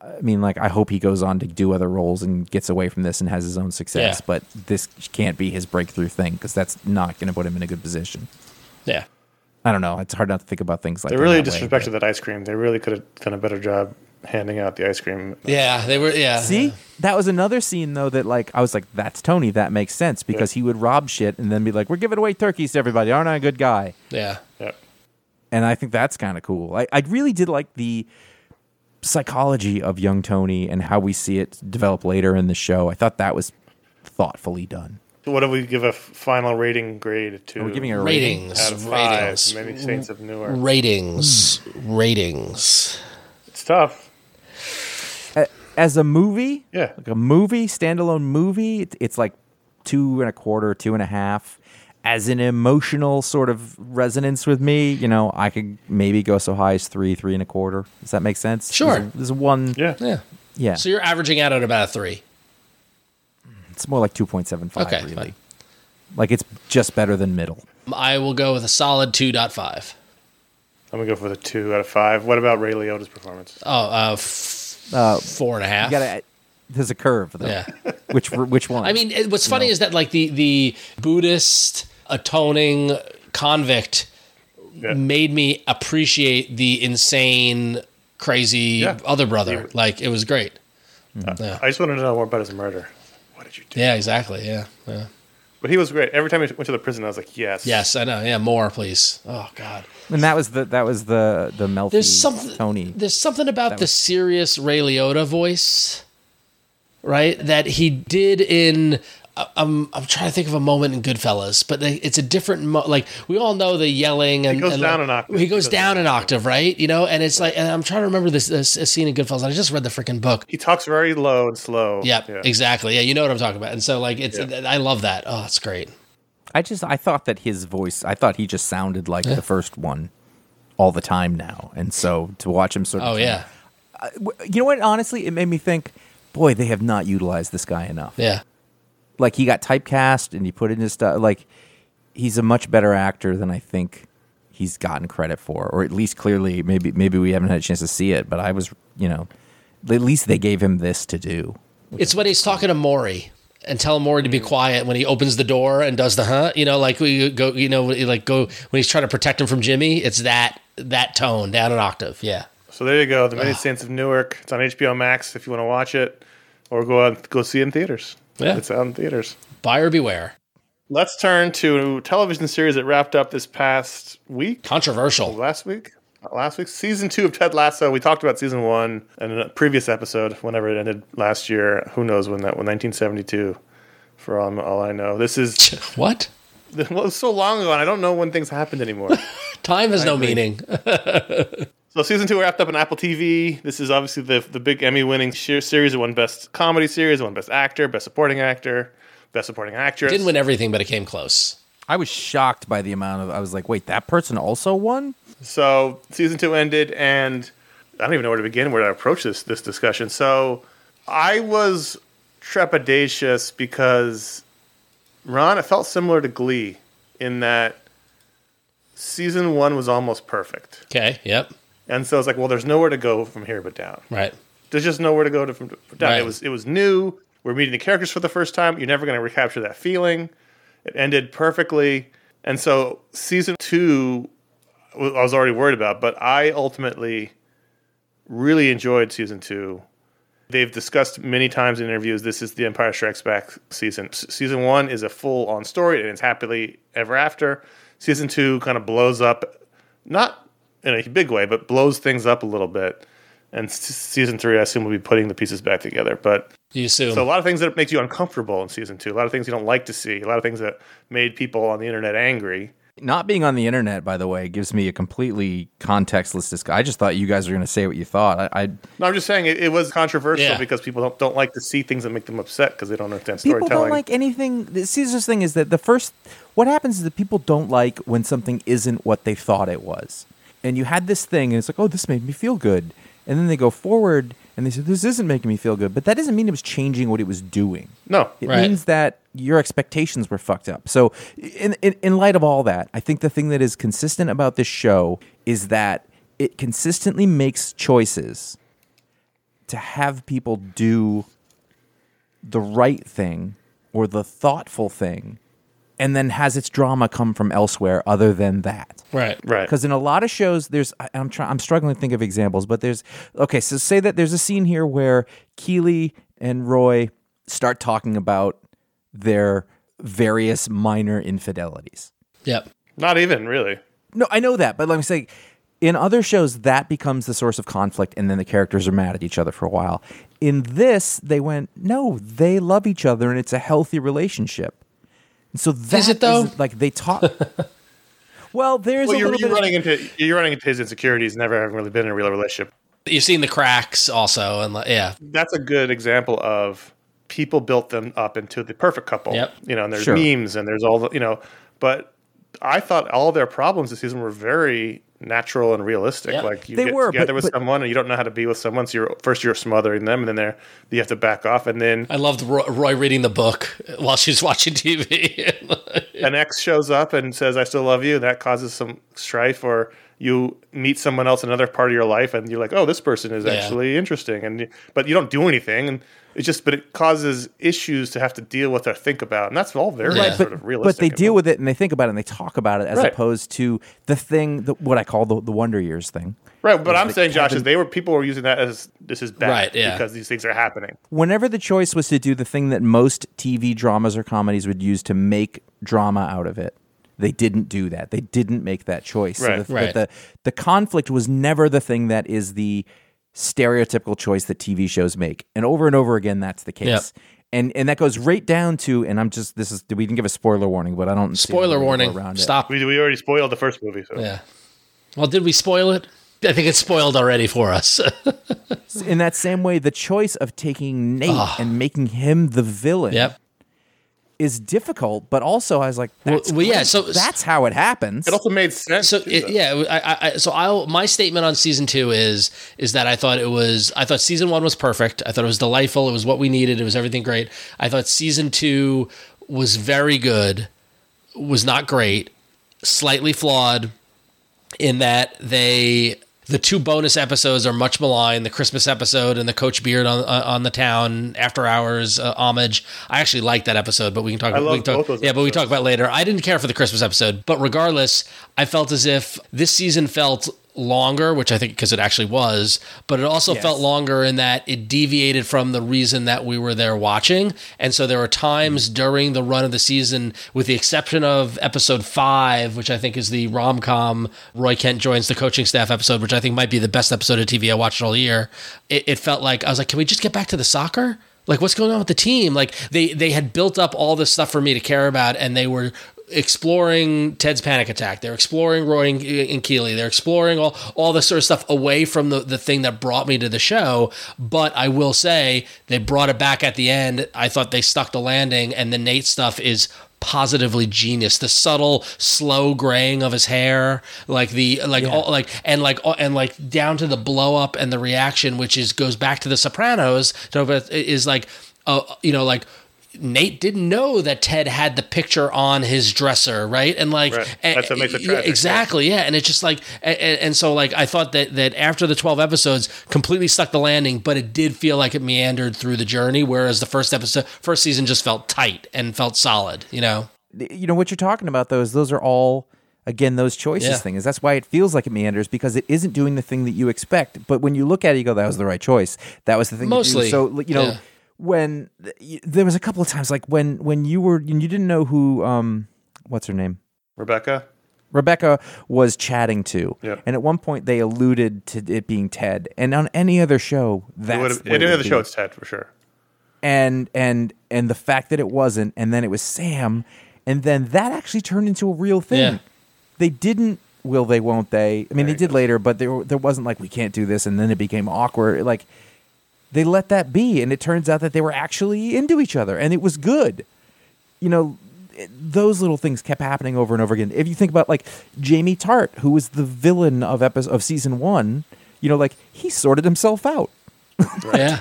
I mean, like, I hope he goes on to do other roles and gets away from this and has his own success.
Yeah.
But this can't be his breakthrough thing because that's not going to put him in a good position.
Yeah.
I don't know. It's hard not to think about things like
They
that
really
that way,
disrespected that ice cream. They really could have done a better job handing out the ice cream.
Yeah, they were. Yeah,
but- See, that was another scene though that like I was like, "That's Tony. That makes sense because he would rob shit and then be like, "We're giving away turkeys to everybody. Aren't I a good guy?"
yeah,
Yep.
and I think that's kind of cool. I, I really did like the psychology of young Tony and how we see it develop later in the show. I thought that was thoughtfully done.
What do we give a f- final rating grade to?
Are we giving it a rating?
ratings,
out of five.
ratings,
Many Saints of Newark.
ratings, ratings.
it's tough.
as a movie,
Yeah.
like a movie, standalone movie, it, it's like two and a quarter, two and a half. As an emotional sort of resonance with me, you know, I could maybe go so high as three, three and a quarter. Does that make sense?
Sure.
There's, there's one.
Yeah.
Yeah.
Yeah.
So you're averaging out at about a three.
It's more like 2.75,
Okay,
really.
fine.
Like it's just better than middle.
I will go with a solid two point five.
I'm gonna go for the two out of five. What about Ray Liotta's performance?
Oh, uh, f- four and a half.
You gotta, there's a curve, though.
Yeah.
Which, which one?
I mean, it, what's funny is that like the the Buddhist atoning convict
Yeah.
made me appreciate the insane, crazy
Yeah.
other brother. Like it was great. Yeah.
I just wanted to know more about his murder. What did you do?
yeah, exactly. Yeah, yeah.
But he was great. Every time he went to the prison, I was like, yes,
Yes, I know. Yeah, more, please. Oh God.
and that was the, that was the, the Melfi
There's something.
Tony.
There's something about the serious Ray Liotta voice, right? That he did in. I- I'm I'm trying to think of a moment in Goodfellas, but they- it's a different mo- like we all know the yelling and
goes
and,
down
like,
an octave.
He goes
He goes
down an octave, right? You know, and it's like and I'm trying to remember this, this scene in Goodfellas. I just read the freaking book.
He talks very low and slow.
Yeah, exactly. Yeah, you know what I'm talking about. And so like it's I love that. Oh, it's great.
I just I thought that his voice I thought he just sounded like the first one all the time now. And so to watch him sort of
Oh yeah,
You know what honestly it made me think boy they have not utilized this guy enough.
yeah.
Like he got typecast and he put in his stuff like he's a much better actor than I think he's gotten credit for or at least clearly maybe maybe we haven't had a chance to see it but I was you know at least they gave him this to do.
It's when he's talking to Maury and tell Maury to
Mm.
be quiet when he opens the door and does the huh, you know, like we go, you know, like go when he's trying to protect him from Jimmy. It's that that tone down an octave. Yeah,
So there you go. The Many Saints of Newark. It's on HBO Max if you want to watch it, or go out go see it in theaters.
Yeah.
it's out in theaters.
buyer beware.
Let's turn to television series that wrapped up this past week.
Controversial.
last week last week season two of ted lasso we talked about season one in a previous episode whenever it ended last year who knows when that was 1972 for all, all i know this is
What?
well, it's so long ago and i don't know when things happened anymore
Time has no meaning.
so season two wrapped up on apple tv this is obviously the, the big emmy winning series it won best comedy series it won best actor best supporting actor best supporting actress
Didn't win everything, but it came close.
I was shocked by the amount of I was like wait that person also won?
So season two ended, and I don't even know where to begin, where to approach this this discussion. So I was trepidatious because Ron, it felt similar to Glee in that season one was almost perfect,
Okay. Yep.
and so it's like, well, there's nowhere to go from here but down.
Right.
There's just nowhere to go to from from down.
Right.
It was it was new. We're meeting the characters for the first time. You're never going to recapture that feeling. It ended perfectly, and so season two, w- I was already worried about, but I ultimately really enjoyed season two. They've discussed many times in interviews. This is the Empire Strikes Back season. S- season one is a full-on story, and it's happily ever after. Season two kind of blows up, not in a big way, but blows things up a little bit. And s- season three, I assume, will be putting the pieces back together. But
You assume.
so a lot of things that make you uncomfortable in season two, a lot of things you don't like to see, a lot of things that made people on the internet angry.
Not being on the internet, by the way, gives me a completely contextless discussion. I just thought you guys were going to say what you thought. I, I
No, I'm just saying it, it was controversial
Yeah.
because people don't, don't like to see things that make them upset because they don't understand
people
storytelling.
don't like anything. The Caesar's thing is that the first what happens is that people don't like when something isn't what they thought it was. And you had this thing, and it's like, oh, this made me feel good. And then they go forward, and they say, this isn't making me feel good. But that doesn't mean it was changing what it was doing.
no,
It
Right.
means that your expectations were fucked up. So, in, in in light of all that, I think the thing that is consistent about this show is that it consistently makes choices to have people do the right thing or the thoughtful thing, and then has its drama come from elsewhere other than that.
right.
right?
Because in a lot of shows, there's I- I'm trying I'm struggling to think of examples, but there's okay. So say that there's a scene here where Keeley and Roy start talking about their various minor infidelities.
Yep.
not even really.
No, I know that, but let me say, in other shows, that becomes the source of conflict, and then the characters are mad at each other for a while. In this, they went no, they love each other, and it's a healthy relationship. And so that
it, though?
like they talk. Well, there's
Well,
a
you're,
little
you're
bit of-
running into you're running into his insecurities, never having really been in a real relationship.
You've seen the cracks also, and like, yeah,
That's a good example of people built them up into the perfect couple.
Yep.
You know, and there's
Sure.
memes and there's all the you know, but I thought all their problems this season were very natural and realistic.
Yep.
Like you
They
get
were,
together
but-
with
but-
someone and you don't know how to be with someone, so you're first you're smothering them, and then they're you have to back off, and then
I loved Roy, Roy reading the book while she's watching TV.
an ex shows up and says, "I still love you," that causes some strife, or you meet someone else in another part of your life, and you're like, "Oh, this person is
Yeah.
actually interesting," and you- but you don't do anything, and it's just, but it causes issues to have to deal with or think about, and that's all very
Right,
sort of realistic.
But they deal with it and they think about it and they talk about it as
Right.
opposed to the thing that what I call the, the Wonder Years thing.
right. But I'm saying, Josh, is they were people were using that as this is bad
Right, yeah.
because these things are happening.
Whenever the choice was to do the thing that most TV dramas or comedies would use to make drama out of it, they didn't do that. They didn't make that choice.
Right,
the, that
right.
the the conflict was never the thing that is the stereotypical choice that TV shows make. And over and over again that's the case.
Yep.
And and that goes right down to and I'm just this is we didn't give a spoiler warning, but I don't see how
Spoiler
we can go
warning.
around it.
Stop.
We we already spoiled the first movie, so
Yeah. Well, did we spoil it? I think it's spoiled already for us.
in that same way, the choice of taking Nate and making him the villain
Ah. yep.
is difficult, but also I was like, that's
well, yeah,
great.
so-
that's how it happens.
it also made sense.
So
too,
it,
though.
yeah, I, I- I, so I'll my statement on season two is is that I thought it was I thought season one was perfect. I thought it was delightful. It was what we needed. It was everything great. I thought season two was very good. Was not great. Slightly flawed in that they the two bonus episodes are much maligned the christmas episode and the coach beard on uh, on the town after hours uh, homage i actually like that episode but we can talk about we
love
can talk,
both those
yeah but we
episodes.
talk about later i didn't care for the christmas episode but regardless i felt as if this season felt longer which i think because it actually was but it also felt longer in that it deviated from the reason that we were there watching and so there were times during the run of the season with the exception of episode 5 which i think is the rom-com roy kent joins the coaching staff episode which i think might be the best episode of tv i watched all year it, it felt like i was like can we just get back to the soccer like what's going on with the team like they they had built up all this stuff for me to care about and they were exploring Ted's panic attack. They're exploring Roy and, and Keeley. They're exploring all, all this sort of stuff away from the, the thing that brought me to the show. But I will say they brought it back at the end. I thought they stuck the landing, and the Nate stuff is positively genius the subtle slow graying of his hair like the like all, like and like all- and like down to the blow up and the reaction which is goes back to the sopranos so, but it is like uh, you know like Nate didn't know that Ted had the picture on his dresser, right? And like,
Right.
a-
That's what makes it
yeah,
tragic, yeah.
exactly, yeah. And it's just like, and, and so like, I thought that that after the twelve episodes, completely stuck the landing, but it did feel like it meandered through the journey. Whereas the first episode, first season, just felt tight and felt solid, you know.
you know what you're talking about though is those are all again those choices
Yeah.
things that's why it feels like it meanders because it isn't doing the thing that you expect but when you look at it you go that was the right choice that was the thing to do."
Mostly,
so you know
yeah.
when there was a couple of times like when when you were and you didn't know who um what's her name
Rebecca.
Rebecca was chatting to,
Yeah.
and at one point they alluded to it being Ted. And on any other show,
It
that's
would've-
what it
Any
would
other
be
show, it's Ted for sure.
and and and the fact that it wasn't and then it was sam and then that actually turned into a real thing
Yeah.
they didn't will they won't they i mean they did later but there there wasn't like we can't do this and then it became awkward like they let that be and it turns out that they were actually into each other and it was good you know it- those little things kept happening over and over again. If you think about like Jamie Tart, who was the villain of episode of season one, you know, like he sorted himself out.
Yeah.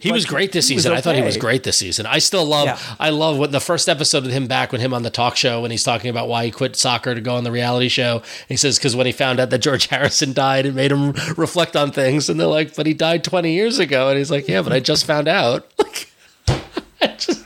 He was great this
he was
season. I thought he was
okay.
great this season. I still love
Yeah.
I love what the first episode of him back with him on the talk show when he's talking about why he quit soccer to go on the reality show. He says cuz when he found out that George Harrison died it made him reflect on things and they're like, "But he died 20 years ago." And he's like, "Yeah, but I just found out." Like I just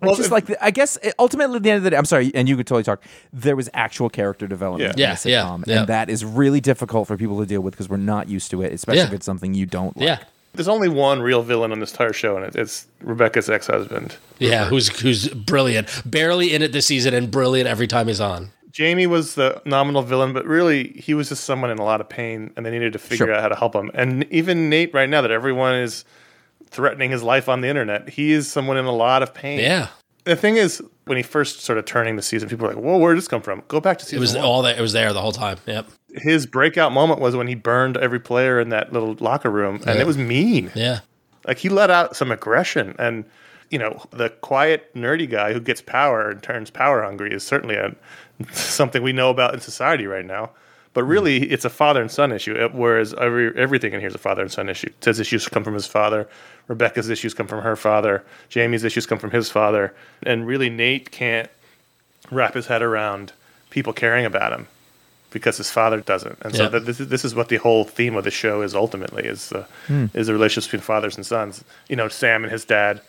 Well, it's just like the, I guess uh, ultimately at the end of the day, I'm sorry, and you could totally talk. There was actual character development,
Yeah.
in the
Yeah, yeah,
sitcom,
yeah.
and that is really difficult for people to deal with because we're not used to it, especially
Yeah.
if it's something you don't like.
yeah.
There's only one real villain on this entire show, and it- it's Rebecca's ex-husband.
Yeah, who's who's brilliant. Barely in it this season and brilliant every time he's on.
Jamie was the nominal villain, but really he was just someone in a lot of pain, and they needed to figure
Sure.
out how to help him. And even Nate, right now, that everyone is threatening his life on the internet, he is someone in a lot of pain.
Yeah.
The thing is, when he first started turning the season, people were like, "Whoa, where did this come from?" Go back to
It
season
was
one.
all that it was there the whole time. Yep.
His breakout moment was when he burned every player in that little locker room, and it was mean.
Yeah.
Like he let out some aggression, and you know, the quiet, nerdy guy who gets power and turns power hungry is certainly a, something we know about in society right now. But really, it's a father and son issue. it- Whereas every everything in here is a father and son issue. Ted's issues come from his father. Rebecca's issues come from her father. Jamie's issues come from his father. And really, Nate can't wrap his head around people caring about him because his father doesn't. And
Yeah.
so that this is this is what the whole theme of the show is ultimately is the
Hmm.
is the relationship between fathers and sons. You know, Sam and his dad.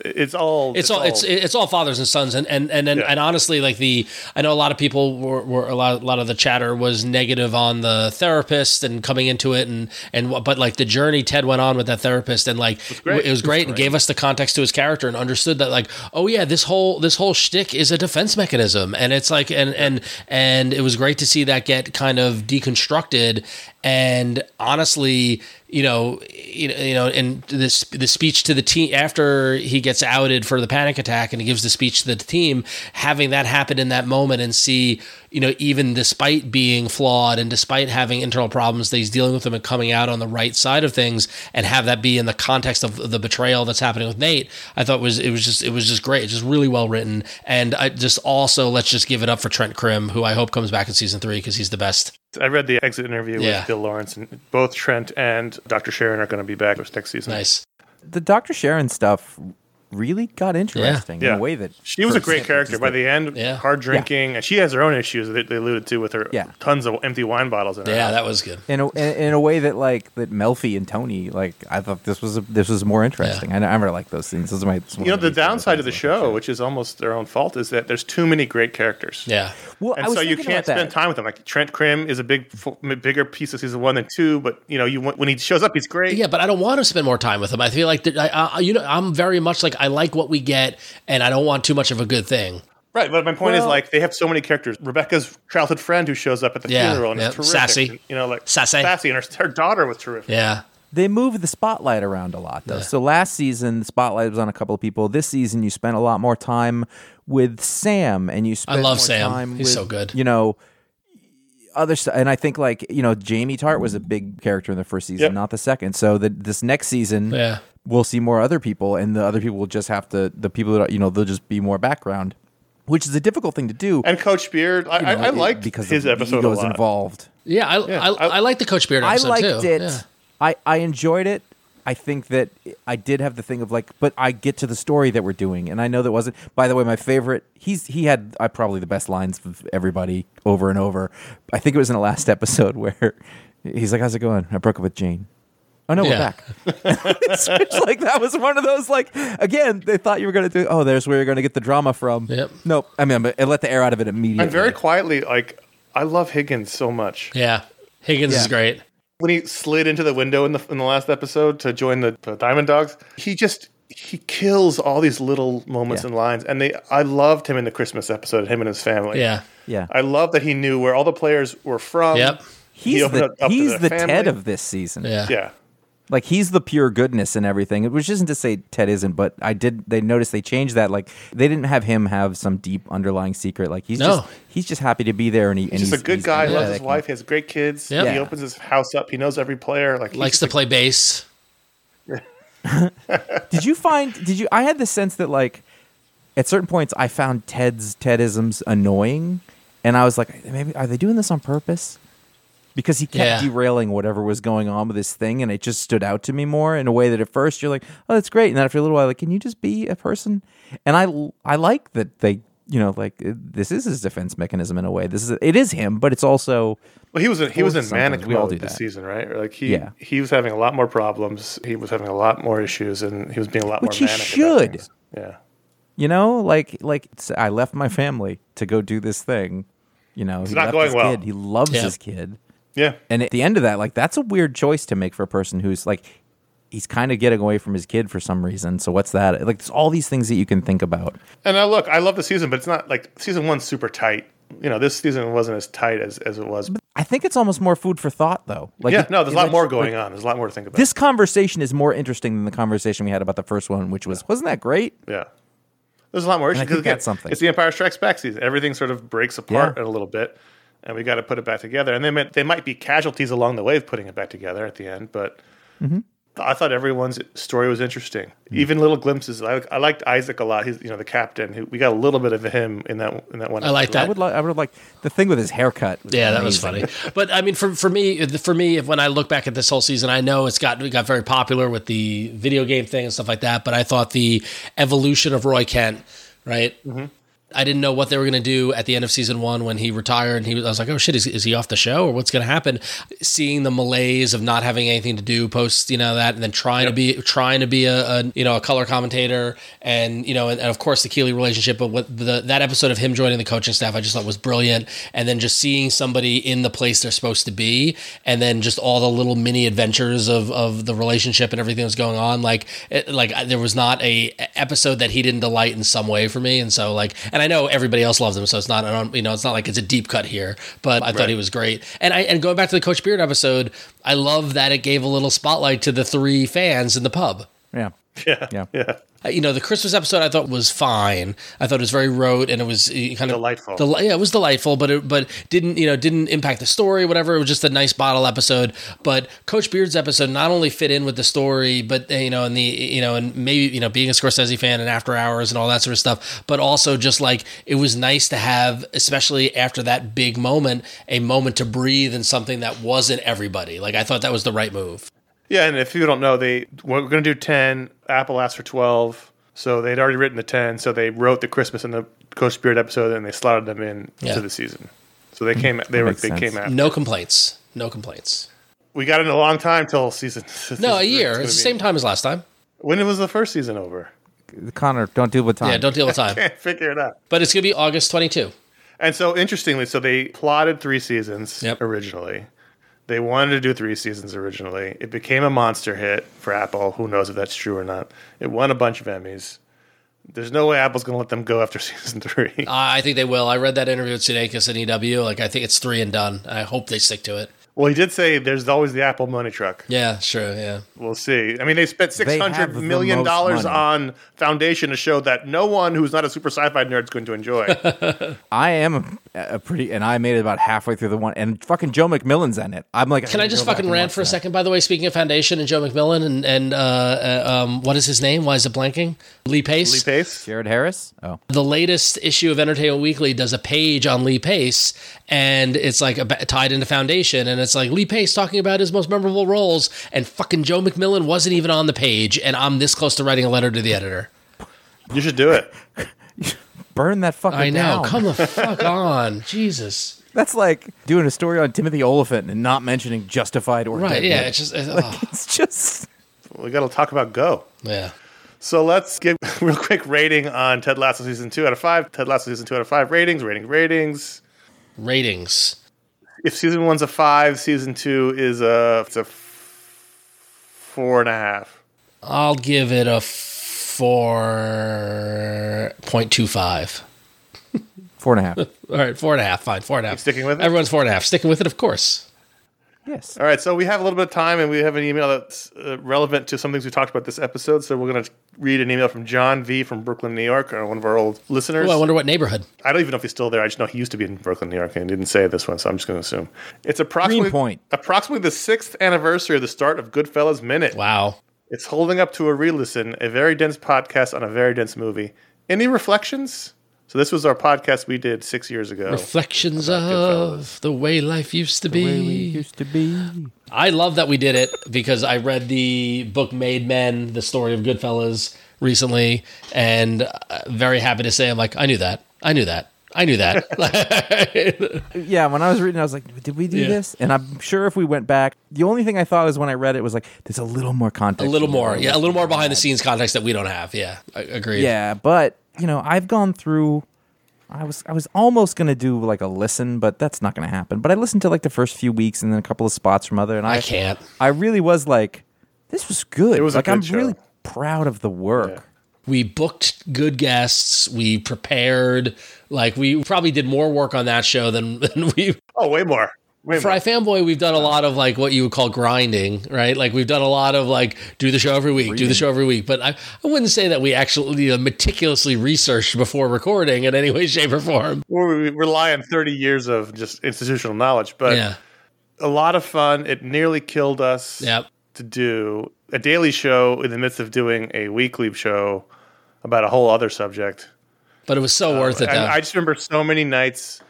It's all.
it's all it's it's all fathers and sons and and and, and,
Yeah.
and honestly like the i know a lot of people were, were a lot a lot of the chatter was negative on the therapist and coming into it and and what but like the journey ted went on with that therapist and like it was great,
great.
and gave us the context to his character and understood that like oh yeah this whole this whole shtick is a defense mechanism and it's like and and and it was great to see that get kind of deconstructed and honestly you know, you know, you know, and this the speech to the team after he gets outed for the panic attack, and he gives the speech to the team. Having that happen in that moment, and see, you know, even despite being flawed and despite having internal problems, that he's dealing with them and coming out on the right side of things, and have that be in the context of the betrayal that's happening with Nate. I thought was it was just it was just great, just really well written, and I just also let's just give it up for Trent Krim, who I hope comes back in season three because he's the best.
I read the exit interview
Yeah.
with Bill Lawrence, and both Trent and Dr. Sharon are going to be back next season.
Nice.
The Dr. Sharon stuff really got interesting
Yeah.
in a way that
She was a
first
great
hit,
character
just
by
like-
the end.
Yeah.
Hard drinking, and she has her own issues that they alluded to with her
Yeah.
tons of empty wine bottles in her.
Yeah,
house.
that was good.
in a, in in a way that like that Melfi and Tony like I thought this was a, this was more interesting. I, never like those things. Those are my
you know the downside of the show, which is almost their own fault, is that there's too many great characters.
Yeah.
Well, I
and
was
so you
thinking
can't
about that.
spend time with them. Like Trent Krim is a big, f- m- bigger piece of season one than two, but you know, you want, when he shows up, he's great.
Yeah, but I don't want to spend more time with him. I feel like that I, I, you know, I'm very much like I like what we get, and I don't want too much of a good thing.
right. But my point is,
Well-
like, they have so many characters. Rebecca's childhood friend who shows up at the
Yeah,
funeral and
yeah,
is terrific.
sassy.
you know, like
Sassy.
sassy, and her, her daughter was terrific.
Yeah,
they move the spotlight around a lot though. So last season the spotlight was on a couple of people. This season you spent a lot more time with Sam and you spent
love
more
Sam.
time
He's
with,
so good.
You know other stuff and I think like, you know, Jamie Tart was a big character in the first season,
Yep.
not the second. So the, this next season
Yeah.
we'll see more other people and the other people will just have to the people that are, you know, they'll just be more background, which is a difficult thing to do.
And Coach Beard, I,
you know,
I, I
it-
liked
because
his
of the
episode a
egos
lot.
involved.
yeah. I I, I,
I-
like the Coach Beard. Episode
I liked
too.
it.
Yeah.
I, I enjoyed it. I think that I did have the thing of like, but I get to the story that we're doing, and I know that wasn't. By the way, my favorite, he's he had I probably the best lines of everybody over and over. I think it was in the last episode where he's like, "How's it going? I broke up with Jane." Oh no,
Yeah.
we're back. it's just like that was one of those like again they thought you were going to do. Oh, there's where you're going to get the drama from.
Yep.
Nope. I mean, but it let the air out of it immediately.
And very quietly, like I love Higgins so much.
Yeah. Higgins is
Yeah.
great.
When he slid into the window in the in the last episode to join the, the Diamond Dogs, he just he kills all these little moments
Yeah.
and lines. And they, I loved him in the Christmas episode, him and his family.
Yeah.
yeah.
I love that he knew where all the players were from.
Yep.
He
he's
opened
the
it up to
he's
their
the
family.
Ted of this season.
Yeah.
Yeah.
like he's the pure goodness and everything which isn't to say ted isn't but i did they noticed they changed that like they didn't have him have some deep underlying secret like he's
No.
just he's just happy to be there and, he, and
He's, a good guy. He loves his
empathetic.
wife. He has great kids.
Yeah.
He opens his house up. He knows every player. Like he's
Likes
just
to
a-
play bass.
did you find did you i had the sense that like at certain points i found ted's tedisms annoying and i was like maybe are they doing this on purpose because he kept
Yeah.
derailing whatever was going on with this thing and it just stood out to me more in a way that at first you're like oh that's great and then after a little while like can you just be a person and i i like that they you know like it- this is his defense mechanism in a way this is it is him but it's also
Well, he was in, he was in
Forced sometimes.
manic
We all
mode
do
this
that.
season, right? Or, Like he
Yeah.
he was having a lot more problems. He was having a lot more issues, and he was being a lot
Which he
more manic. about
should.
things. Yeah.
you know like like it's- i left my family to go do this thing you know it's he
not
left
going
his
well.
kid. he loves
Yeah.
his kid
Yeah.
And at the end of that, like that's a weird choice to make for a person who's like he's kind of getting away from his kid for some reason. So what's that? Like there's all these things that you can think about.
And now look, I love the season, but it's not like season one's super tight. You know, this season wasn't as tight as, as it was.
I think it's almost more food for thought though. Like
yeah,
it-
no, there's a
it-
lot more going on. There's a lot more to think about.
This conversation is more interesting than the conversation we had about the first one, which was wasn't that great?
yeah. There's a lot more issues.
I
'cause
think
again,
that's something.
It's the Empire Strikes Back season. Everything sort of breaks apart
Yeah.
in a little bit, and we got to put it back together. And they might, they might be casualties along the way of putting it back together at the end, but
Mm-hmm.
I thought everyone's story was interesting.
Mm.
Even little glimpses. I, I liked Isaac a lot. He's you know the captain. Who, we got a little bit of him in that in that one.
I like
episode.
that.
I would like I would like the thing with his haircut.
Yeah, that was
amazing.
funny. But I mean, for for me, for me, when I look back at this whole season, I know it's got it got very popular with the video game thing and stuff like that. But I thought the evolution of Roy Kent, right? I didn't know what they were going to do at the end of season one when he retired. And he was, I was like, oh shit, is, is he off the show or what's going to happen? Seeing the malaise of not having anything to do post, you know, that, and then trying to be, trying to be a, a, you know, a color commentator. And, you know, and, and of course the Keeley relationship, but what the, that episode of him joining the coaching staff, I just thought was brilliant. And then just seeing somebody in the place they're supposed to be. And then just all the little mini adventures of, of the relationship and everything that's going on. Like, it, like I- there was not a episode that he didn't delight in some way for me. And so like, and I know everybody else loves him, so it's not I don't- you know it's not like it's a deep cut here. But I thought he was great. And I and going back to the Coach Beard episode, I love that it gave a little spotlight to the three fans in the pub.
Yeah.
Yeah,
Yeah.
yeah.
Uh, You know, the Christmas episode I thought was fine. I thought it was very rote and it was uh, kind of
Delightful.
Del- yeah, it was delightful, but it but didn't you know didn't impact the story. Whatever, it was just a nice bottle episode. But Coach Beard's episode not only fit in with the story, but uh, you know, and the you know, and maybe you know, being a Scorsese fan and After Hours and all that sort of stuff, but also just like it was nice to have, especially after that big moment, a moment to breathe in something that wasn't everybody. Like I thought that was the right move.
Yeah, and if you don't know, they we're going to do ten. Apple asked for twelve, so they'd already written the ten. So they wrote the Christmas and the Coach Beard episode, and they slotted them in
Yeah.
to the season. So they came. They were.
makes
They
sense.
came out.
No complaints. No complaints.
We got in a long time till season.
No,
season
a
three.
year.
gonna
It's the
be-
same time as last time.
When was the first season over?
Connor, don't do it with time.
Yeah, don't deal with time.
Can't figure it out.
But it's gonna be August twenty two.
And so interestingly, so they plotted three seasons
Yep.
originally. They wanted to do three seasons originally. It became a monster hit for Apple. Who knows if that's true or not? It won a bunch of Emmys. There's no way Apple's going to let them go after season three.
Uh,
I I think they will. I read that interview with Sudeikis and EW. E Like I think it's three and done. I hope they stick to it.
Well, he did say there's always the Apple money truck.
Yeah, sure. Yeah,
We'll see. I mean, they spent six
have
hundred
the
million
most
dollars
money.
on Foundation, a show that no one who's not a super sci-fi nerd is going to enjoy.
I am a, a pretty and I made it about halfway through the one and fucking Joe McMillan's in it. I'm like
can I just fucking rant for a
second?
second? By the way, speaking of Foundation and Joe McMillan and and uh, uh, um, what is his name? Why is it blanking? Lee Pace.
Lee Pace.
Jared Harris? Oh.
The latest issue of Entertainment Weekly does a page on Lee Pace, and it's like a, tied into Foundation, and it's like Lee Pace talking about his most memorable roles, and fucking Joe McMillan wasn't even on the page, and I'm this close to writing a letter to the editor.
You should do it.
Burn that fucking
I know.
down.
Come the fuck on, Jesus.
That's like doing a story on Timothy Oliphant and not mentioning Justified or
Right?
Dead
Yeah.
Note.
It's just. uh, oh,
It's just
We got to talk about Go.
yeah.
So let's give a real quick rating on Ted Lasso season two out of five. Ted Lasso season two out of five ratings, ratings, ratings.
Ratings.
If season one's a five, season two is a it's a f- four and a half.
I'll give it a four point two five.
four and a half.
All right, four and a half. Fine, four and a half.
sticking with it?
Everyone's four and a half. Sticking with it, of course.
yes.
All right, so we have a little bit of time, and we have an email that's uh, relevant to some things we talked about this episode. So we're going to read an email from John V from Brooklyn, New York, uh, one of our old listeners.
Oh, I wonder what neighborhood.
I don't even know if he's still there. I just know he used to be in Brooklyn, New York, and he didn't say this one, so I'm just going to assume it's approximately
Greenpoint.
approximately the sixth anniversary of the start of Goodfellas Minute.
Wow.
It's holding up to a re-listen, a very dense podcast on a very dense movie. Any reflections? So this was our podcast we did six years ago.
Reflections
Oh, Goodfellas.
of the way life used to be.
used to be.
I love that we did it because I read the book Made Men, the story of Goodfellas recently, and uh, very happy to say I'm like I knew that. I knew that. I knew that.
Yeah, when I was reading, I was like, "Did we do
Yeah.
this?" And I'm sure if we went back, the only thing I thought is when I read it was like, "There's a little more
a
context."
little
in there.
more. Yeah, a little more behind the scenes context that we don't have. Yeah, I- agreed.
Yeah, but you know, I've gone through. I was I was almost gonna do like a listen, but that's not gonna happen. But I listened to like the first few weeks and then a couple of spots from other, and I,
I can't.
I really was like, this was good. It
was a
like I'm
good show.
really proud of the work.
we booked good guests we prepared like we probably did more work on that show than, than we
Oh, way more. Way
for
more.
ifanboy we've done a lot of like what you would call grinding right like we've done a lot of like do the show every week do the show every week but i, I wouldn't say that we actually you know, meticulously researched before recording in any way shape or form
Where we rely on 30 years of just institutional knowledge, but
yeah
a lot of fun. It nearly killed us
yeah
to do a daily show in the midst of doing a weekly show about a whole other subject.
but it was so worth it though
Oh, And I just remember so many nights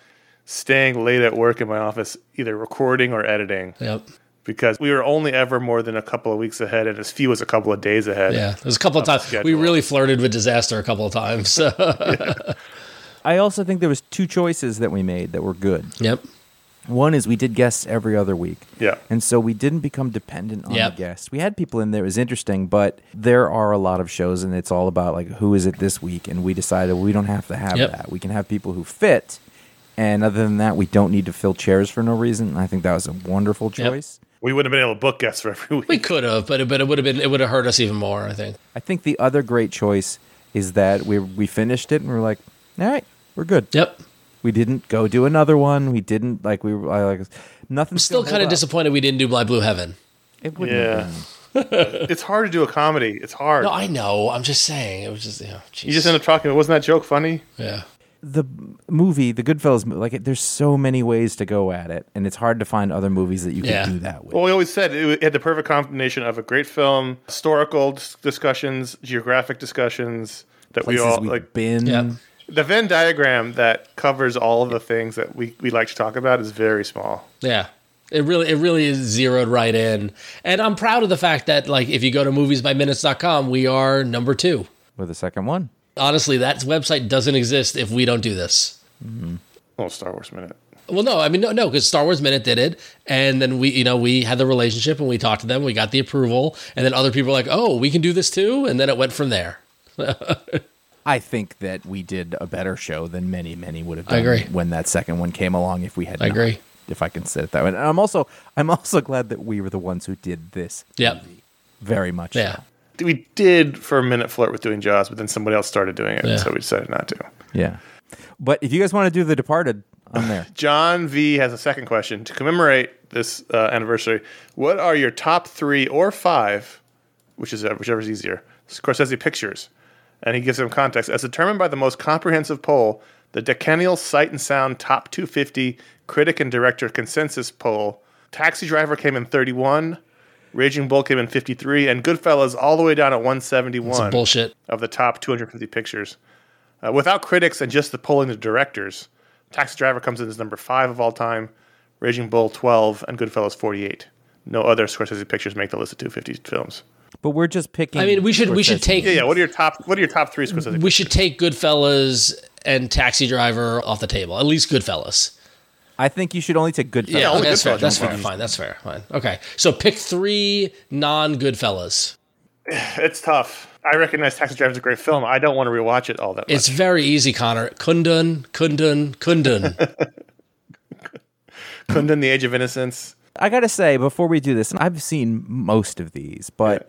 staying late at work in my office, either recording or editing,
Yep.
because we were only ever more than a couple of weeks ahead and as few as a couple of days ahead.
Yeah. There's a couple of times we
schedule.
really flirted with disaster a couple of times.
I also think there was two choices that we made that were good.
yep.
One is we did guests every other week.
Yeah.
And so we didn't become dependent on
Yep.
the guests. We had people in there. It was interesting, but there are a lot of shows, and it's all about like who is it this week. And we decided we don't have to have
Yep.
that. We can have people who fit. And other than that, we don't need to fill chairs for no reason. And I think that was a wonderful
Yep.
choice.
We wouldn't have been able to book guests for every week.
We could have, but it, but it would have been it would have hurt us even more, I think.
I think the other great choice is that we we finished it and we are like, all right, we're good.
Yep.
We didn't go do another one. We didn't like we were I, like nothing.
Still kind of disappointed we didn't do My Blue Heaven.
It wouldn't have
Yeah. it's hard to do a comedy. It's hard.
No, I know. I'm just saying. It was just, you know,
you just end up talking. Wasn't that joke funny?
yeah.
the movie, the Goodfellas, mo- like it, there's so many ways to go at it, and it's hard to find other movies that you
Yeah.
can do that with.
Well, we always said it had the perfect combination of a great film, historical dis- discussions, geographic discussions that
Places
we all
we've
like.
been.
Yep.
The Venn diagram that covers all of the things that we, we like to talk about is very small.
Yeah. It really it really is zeroed right in. And I'm proud of the fact that like if you go to moviesbyminutes.com, we are number 2.
With the second one,
Honestly, that website doesn't exist if we don't do this.
Oh, Star Wars minute.
Well, no, I mean no no cuz Star Wars Minute did it and then we you know, we had the relationship and we talked to them, we got the approval, and then other people were like, "Oh, we can do this too." And then it went from there.
I think that we did a better show than many, many would have done
I agree.
when that second one came along. If we had,
I
not,
agree.
If I can say it that way, and I'm also, I'm also glad that we were the ones who did this.
Yep.
Very much. so.
Yeah.
We did for a minute flirt with doing Jaws, but then somebody else started doing it,
Yeah.
so we decided not to.
Yeah. But if you guys want to do The Departed, I'm there.
John V has a second question to commemorate this uh, anniversary. What are your top three or five, which is uh, whichever's easier, Scorsese pictures? And he gives them context as determined by the most comprehensive poll, the decennial Sight and Sound Top 250 Critic and Director Consensus Poll. Taxi Driver came in 31, Raging Bull came in 53, and Goodfellas all the way down at 171
It's bullshit.
of the top 250 pictures. Uh, without critics and just the polling of directors, Taxi Driver comes in as number five of all time. Raging Bull 12, and Goodfellas 48. No other Scorsese pictures make the list of 250 films.
But we're just picking.
I mean, we should- we should
Scorsese.
take-
Yeah, yeah. What are your top? What are your top three Scorsese?
We should take Goodfellas and Taxi Driver off the table. At least Goodfellas.
I think you should only take good.
Yeah,
only
that's fair.
Goodfellas
That's
so
fair.
far.
Fine. That's fair. Fine. Okay. So pick three non-Goodfellas.
It's tough. I recognize Taxi Driver is a great film. I don't want to rewatch it all that much.
It's very easy, Connor. Kundun, Kundun, Kundun.
Kundun, The Age of Innocence.
I gotta say before we do this, and I've seen most of these, but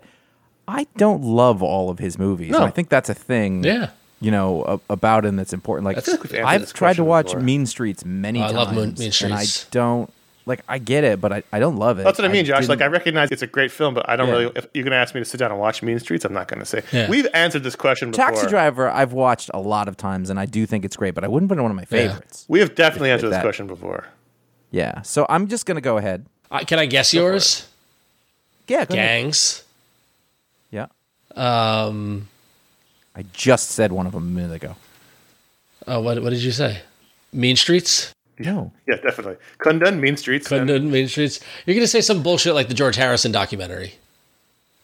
I don't love all of his movies. and
No.
I think that's a thing.
Yeah.
you know a- about him that's important. Like
think we've answered
I've
this
tried to
question
watch
before.
Mean Streets many
Oh, I
times.
love Moon- Mean
and I
Streets.
don't like. I get it, but I, I don't love it.
That's what I mean, Josh. Like,
didn't-
I recognize it's a great film, but I don't
Yeah.
really. If you're going to ask me to sit down and watch Mean Streets, I'm not going to say.
Yeah.
We've answered this question before.
Taxi Driver, I've watched a lot of times, and I do think it's great, but I wouldn't put it in one of my
Yeah.
favorites.
We have definitely answered this
that-
question before.
Yeah, so I'm just gonna go ahead.
I- Can I guess yours?
Yeah, go ahead.
Gangs.
yeah.
Um.
I just said one of them a minute ago.
Oh, what what did you say? Mean Streets.
No,
Yeah, definitely. Kundun, Mean Streets. and-
Kundun, Mean Streets. You're gonna say some bullshit like the George Harrison documentary.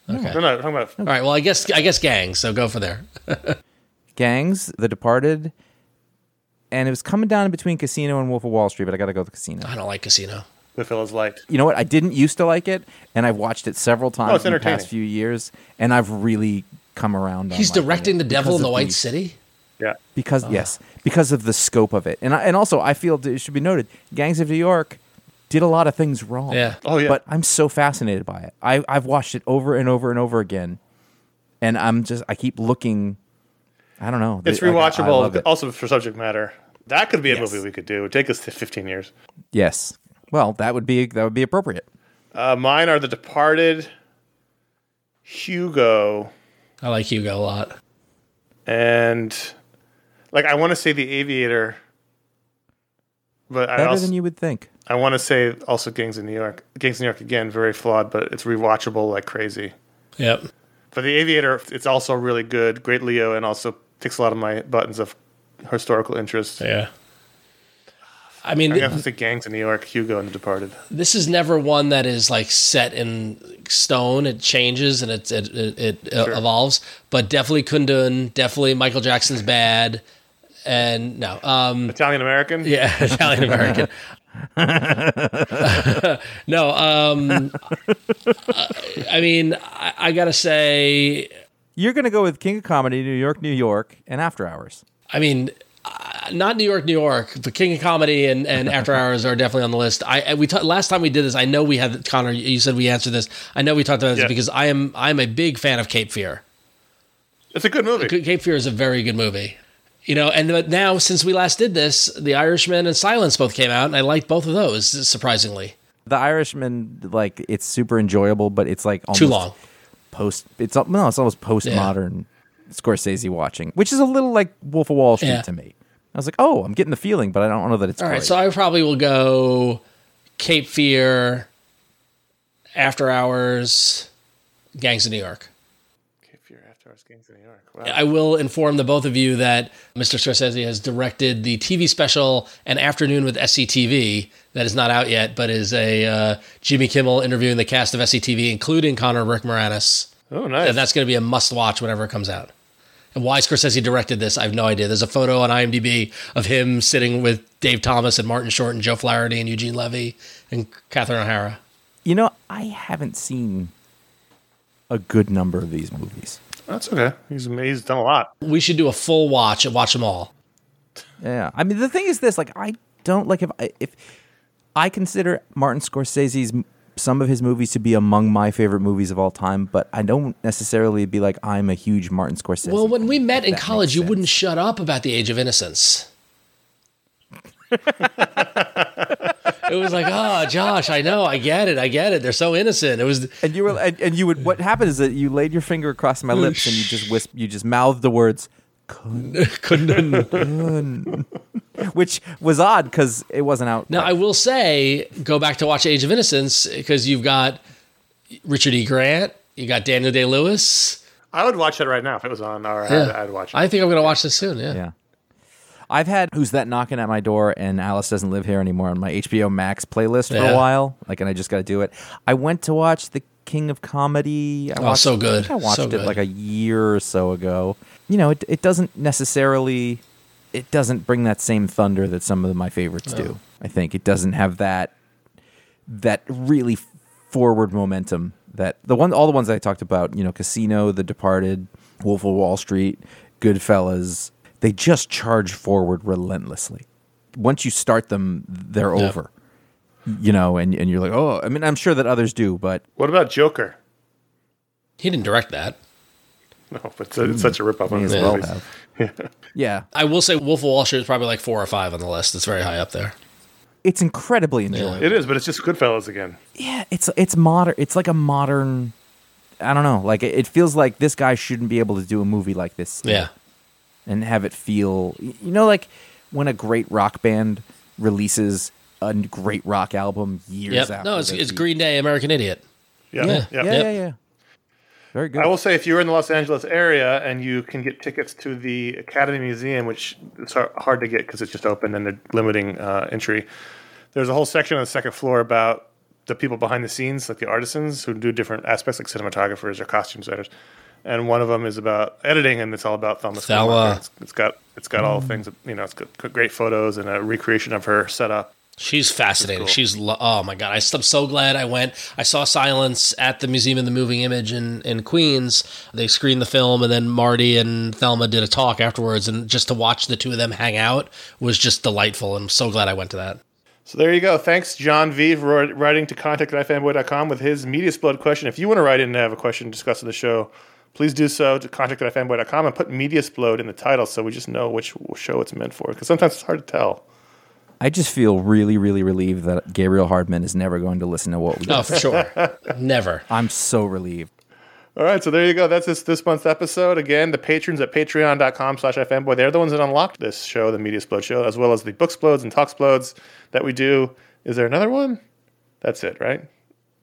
No, no, I'm talking about
All right. Well, I guess I guess Gangs. So go for there.
Gangs, The Departed, and it was coming down in between Casino and Wolf of Wall Street, but I gotta go with Casino.
I don't like Casino.
Oh
Goodfellas Light.
You know what? I didn't used to like it, and I've watched it several times
Oh, it's
in the past
entertaining.
few years, and I've really come around. on
He's
liking
directing
it
the Devil
because
in the
of
White City.
Yeah.
Because yes, because of the scope of it, and I, and also I feel that it should be noted, Gangs of New York did a lot of things wrong.
Yeah.
Oh, yeah.
But I'm so fascinated by it. I I've watched it over and over and over again, and I'm just I keep looking. I don't know.
It's
Like, I- I
rewatchable,
love it.
also for subject matter. That could be a
Yes.
movie we could do. It would take us to 15 years.
Yes. Well, that would be that would be appropriate.
Uh, mine are The Departed, Hugo,
I like Hugo a lot.
and like I want to say The Aviator, but I
Better
also
than you would think.
I want to say also Gangs in New York. Gangs in New York again, very flawed, but it's rewatchable like crazy.
Yep.
But The Aviator, it's also really good. Great Leo, and also ticks a lot of my buttons of historical interest.
Yeah. I mean,
I'm gonna have to say Gangs in New York, Hugo, and The Departed.
this is never one that is like set in stone. It changes and it it, it, it uh evolves. But definitely Kundun, definitely Michael Jackson's Bad, and no, um,
Italian American.
yeah, Italian American. no, um, I mean, I, I gotta say,
You're gonna go with King of Comedy, New York, New York, and After Hours.
I mean, uh, not New York, New York, but King of Comedy and, and After Hours are definitely on the list. I I- we ta- last time we did this, I know we had Connor. You said we answered this. I know we talked about this
Yeah.
because I am I'm a big fan of Cape Fear.
It's a good movie.
C- Cape Fear is a very good movie. You know, and but now since we last did this, The Irishman and Silence both came out, and I liked both of those surprisingly.
The Irishman, like it's super enjoyable, but it's like almost
Too long.
Post, it's al- no, it's almost postmodern Scorsese watching, which is a little like Wolf of Wall Street
Yeah.
to me. I was like, oh, I'm getting the feeling, but I don't know that it's
All
great.
right, so I probably will go Cape Fear, After Hours, Gangs of New York.
If you're after us, Gangs in New York. Wow.
I will inform the both of you that Mr. Scorsese has directed the TV special An Afternoon with SCTV that is not out yet, but is a uh, Jimmy Kimmel interviewing the cast of SCTV, including Connor Rick Moranis.
oh, nice.
And that's going to be a must watch whenever it comes out. And why Scorsese directed this, I have no idea. There's a photo on IMDb of him sitting with Dave Thomas and Martin Short and Joe Flaherty and Eugene Levy and Catherine O'Hara.
you know, I haven't seen a good number of these movies.
that's okay. He's he's done a lot.
We should do a full watch and watch them all.
Yeah, I mean the thing is this: like, I don't like if I, if I consider Martin Scorsese's m- some of his movies to be among my favorite movies of all time, but I don't necessarily be like I'm a huge Martin Scorsese.
Well, when we
fan,
met
if
in
that
college,
makes
you
sense.
wouldn't shut up about the Age of Innocence. it was like, oh, Josh, I know, I get it, I get it. They're so innocent. It was,
And you were, and, and you would. What happened is that you laid your finger across my lips and you just whisp, you just mouthed the words,
couldn't.
which was odd because it wasn't out.
now, I will say, go back to watch Age of Innocence because you've got Richard E. Grant, you got Daniel Day Lewis.
I would watch that right now if it was on. Or I'd, I'd watch it.
I think I'm going to watch this soon. Yeah.
Yeah. I've had Who's That Knocking at My Door and Alice Doesn't Live Here Anymore on my HBO Max playlist for
Yeah.
a while. Like, and I just got to do it. I went to watch The King of Comedy. I
Oh, so good.
I, think I watched
So
it
good.
like a year or so ago. You know, it, it doesn't necessarily, it doesn't bring that same thunder that some of my favorites do. I think it doesn't have that that really forward momentum that the one all the ones I talked about, you know, Casino, The Departed, Wolf of Wall Street, Goodfellas, they just charge forward relentlessly. Once you start them, they're
Yeah.
over. You know, and, and you're like, oh, I mean, I'm sure that others do, but
What about Joker?
He didn't direct that.
No, but Oh, it's, a, it's such a ripoff
may
of
as
the
well
movies.
have. Yeah.
I will say Wolf of Wall Street is probably like four or five on the list. It's very high up there.
It's incredibly enjoyable.
It is, but it's just Goodfellas again.
yeah it's it's modern it's like a modern i don't know like it, it feels like this guy shouldn't be able to do a movie like this
Yeah.
and have it feel you know like when a great rock band releases a great rock album years
Yep.
after
No, it's,
they
it's
beat-
Green Day, American Idiot.
Yeah,
Yeah.
yeah.
yeah yeah yeah very good
I will say, if you're in the Los Angeles area and you can get tickets to the Academy Museum, which it's har- hard to get because it's just open and they're limiting uh, entry, there's a whole section on the second floor about the people behind the scenes, like the artisans who do different aspects, like cinematographers or costume designers. And one of them is about editing, and it's all about Thelma.
Thelma.
Schoonmaker. It's- it's got it's got all things, you know, it's got great photos and a recreation of her setup.
She's fascinating. She's lo- oh my god! I, am so glad I went. I saw Silence at the Museum of the Moving Image in in Queens. They screened the film, and then Marty and Thelma did a talk afterwards. And just to watch the two of them hang out was just delightful. And I'm so glad I went to that.
So there you go. Thanks, John V, for writing to contact.ifanboy.com with his media explode question. If you want to write in and have a question discussed on the show, please do so to contact.ifanboy.com and put media explode in the title so we just know which show it's meant for. Because sometimes it's hard to tell.
i just feel really really relieved that gabriel hardman is never going to listen to what we
Oh, for sure, never.
i'm so relieved
All right, so there you go. That's this, this month's episode. Again, the patrons at patreon.com slash ifanboy, they're the ones that unlocked this show, the Media Explode show, as well as the Book Explodes and Talk Explodes that we do. Is there another one? That's it, right?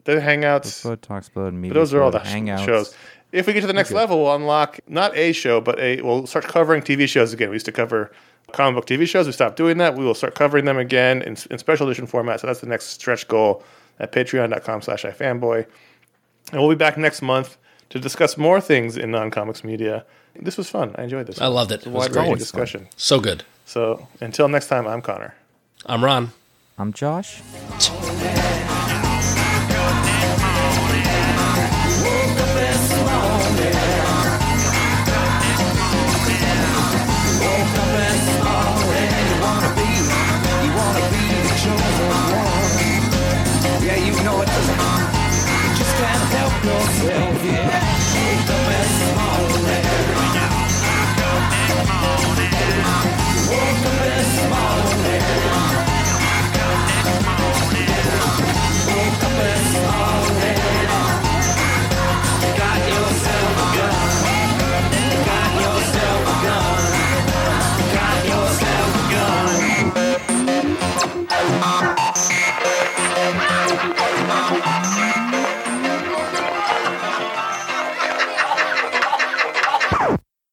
The Hangouts.
Explode, talk explode, media
But those are all the
explode, hangouts.
shows. If we get to the next level, we'll unlock not a show, but a we'll start covering TV shows again. We used to cover comic book TV shows. We stopped doing that. We will start covering them again in, in special edition format. So that's the next stretch goal at patreon.com slash ifanboy. And we'll be back next month to discuss more things in non-comics media. This was fun. I enjoyed this.
I loved it. It
a
was
wide-ranging
great.
discussion.
So good.
So until next time, I'm Connor.
I'm Ron.
i'm josh
T-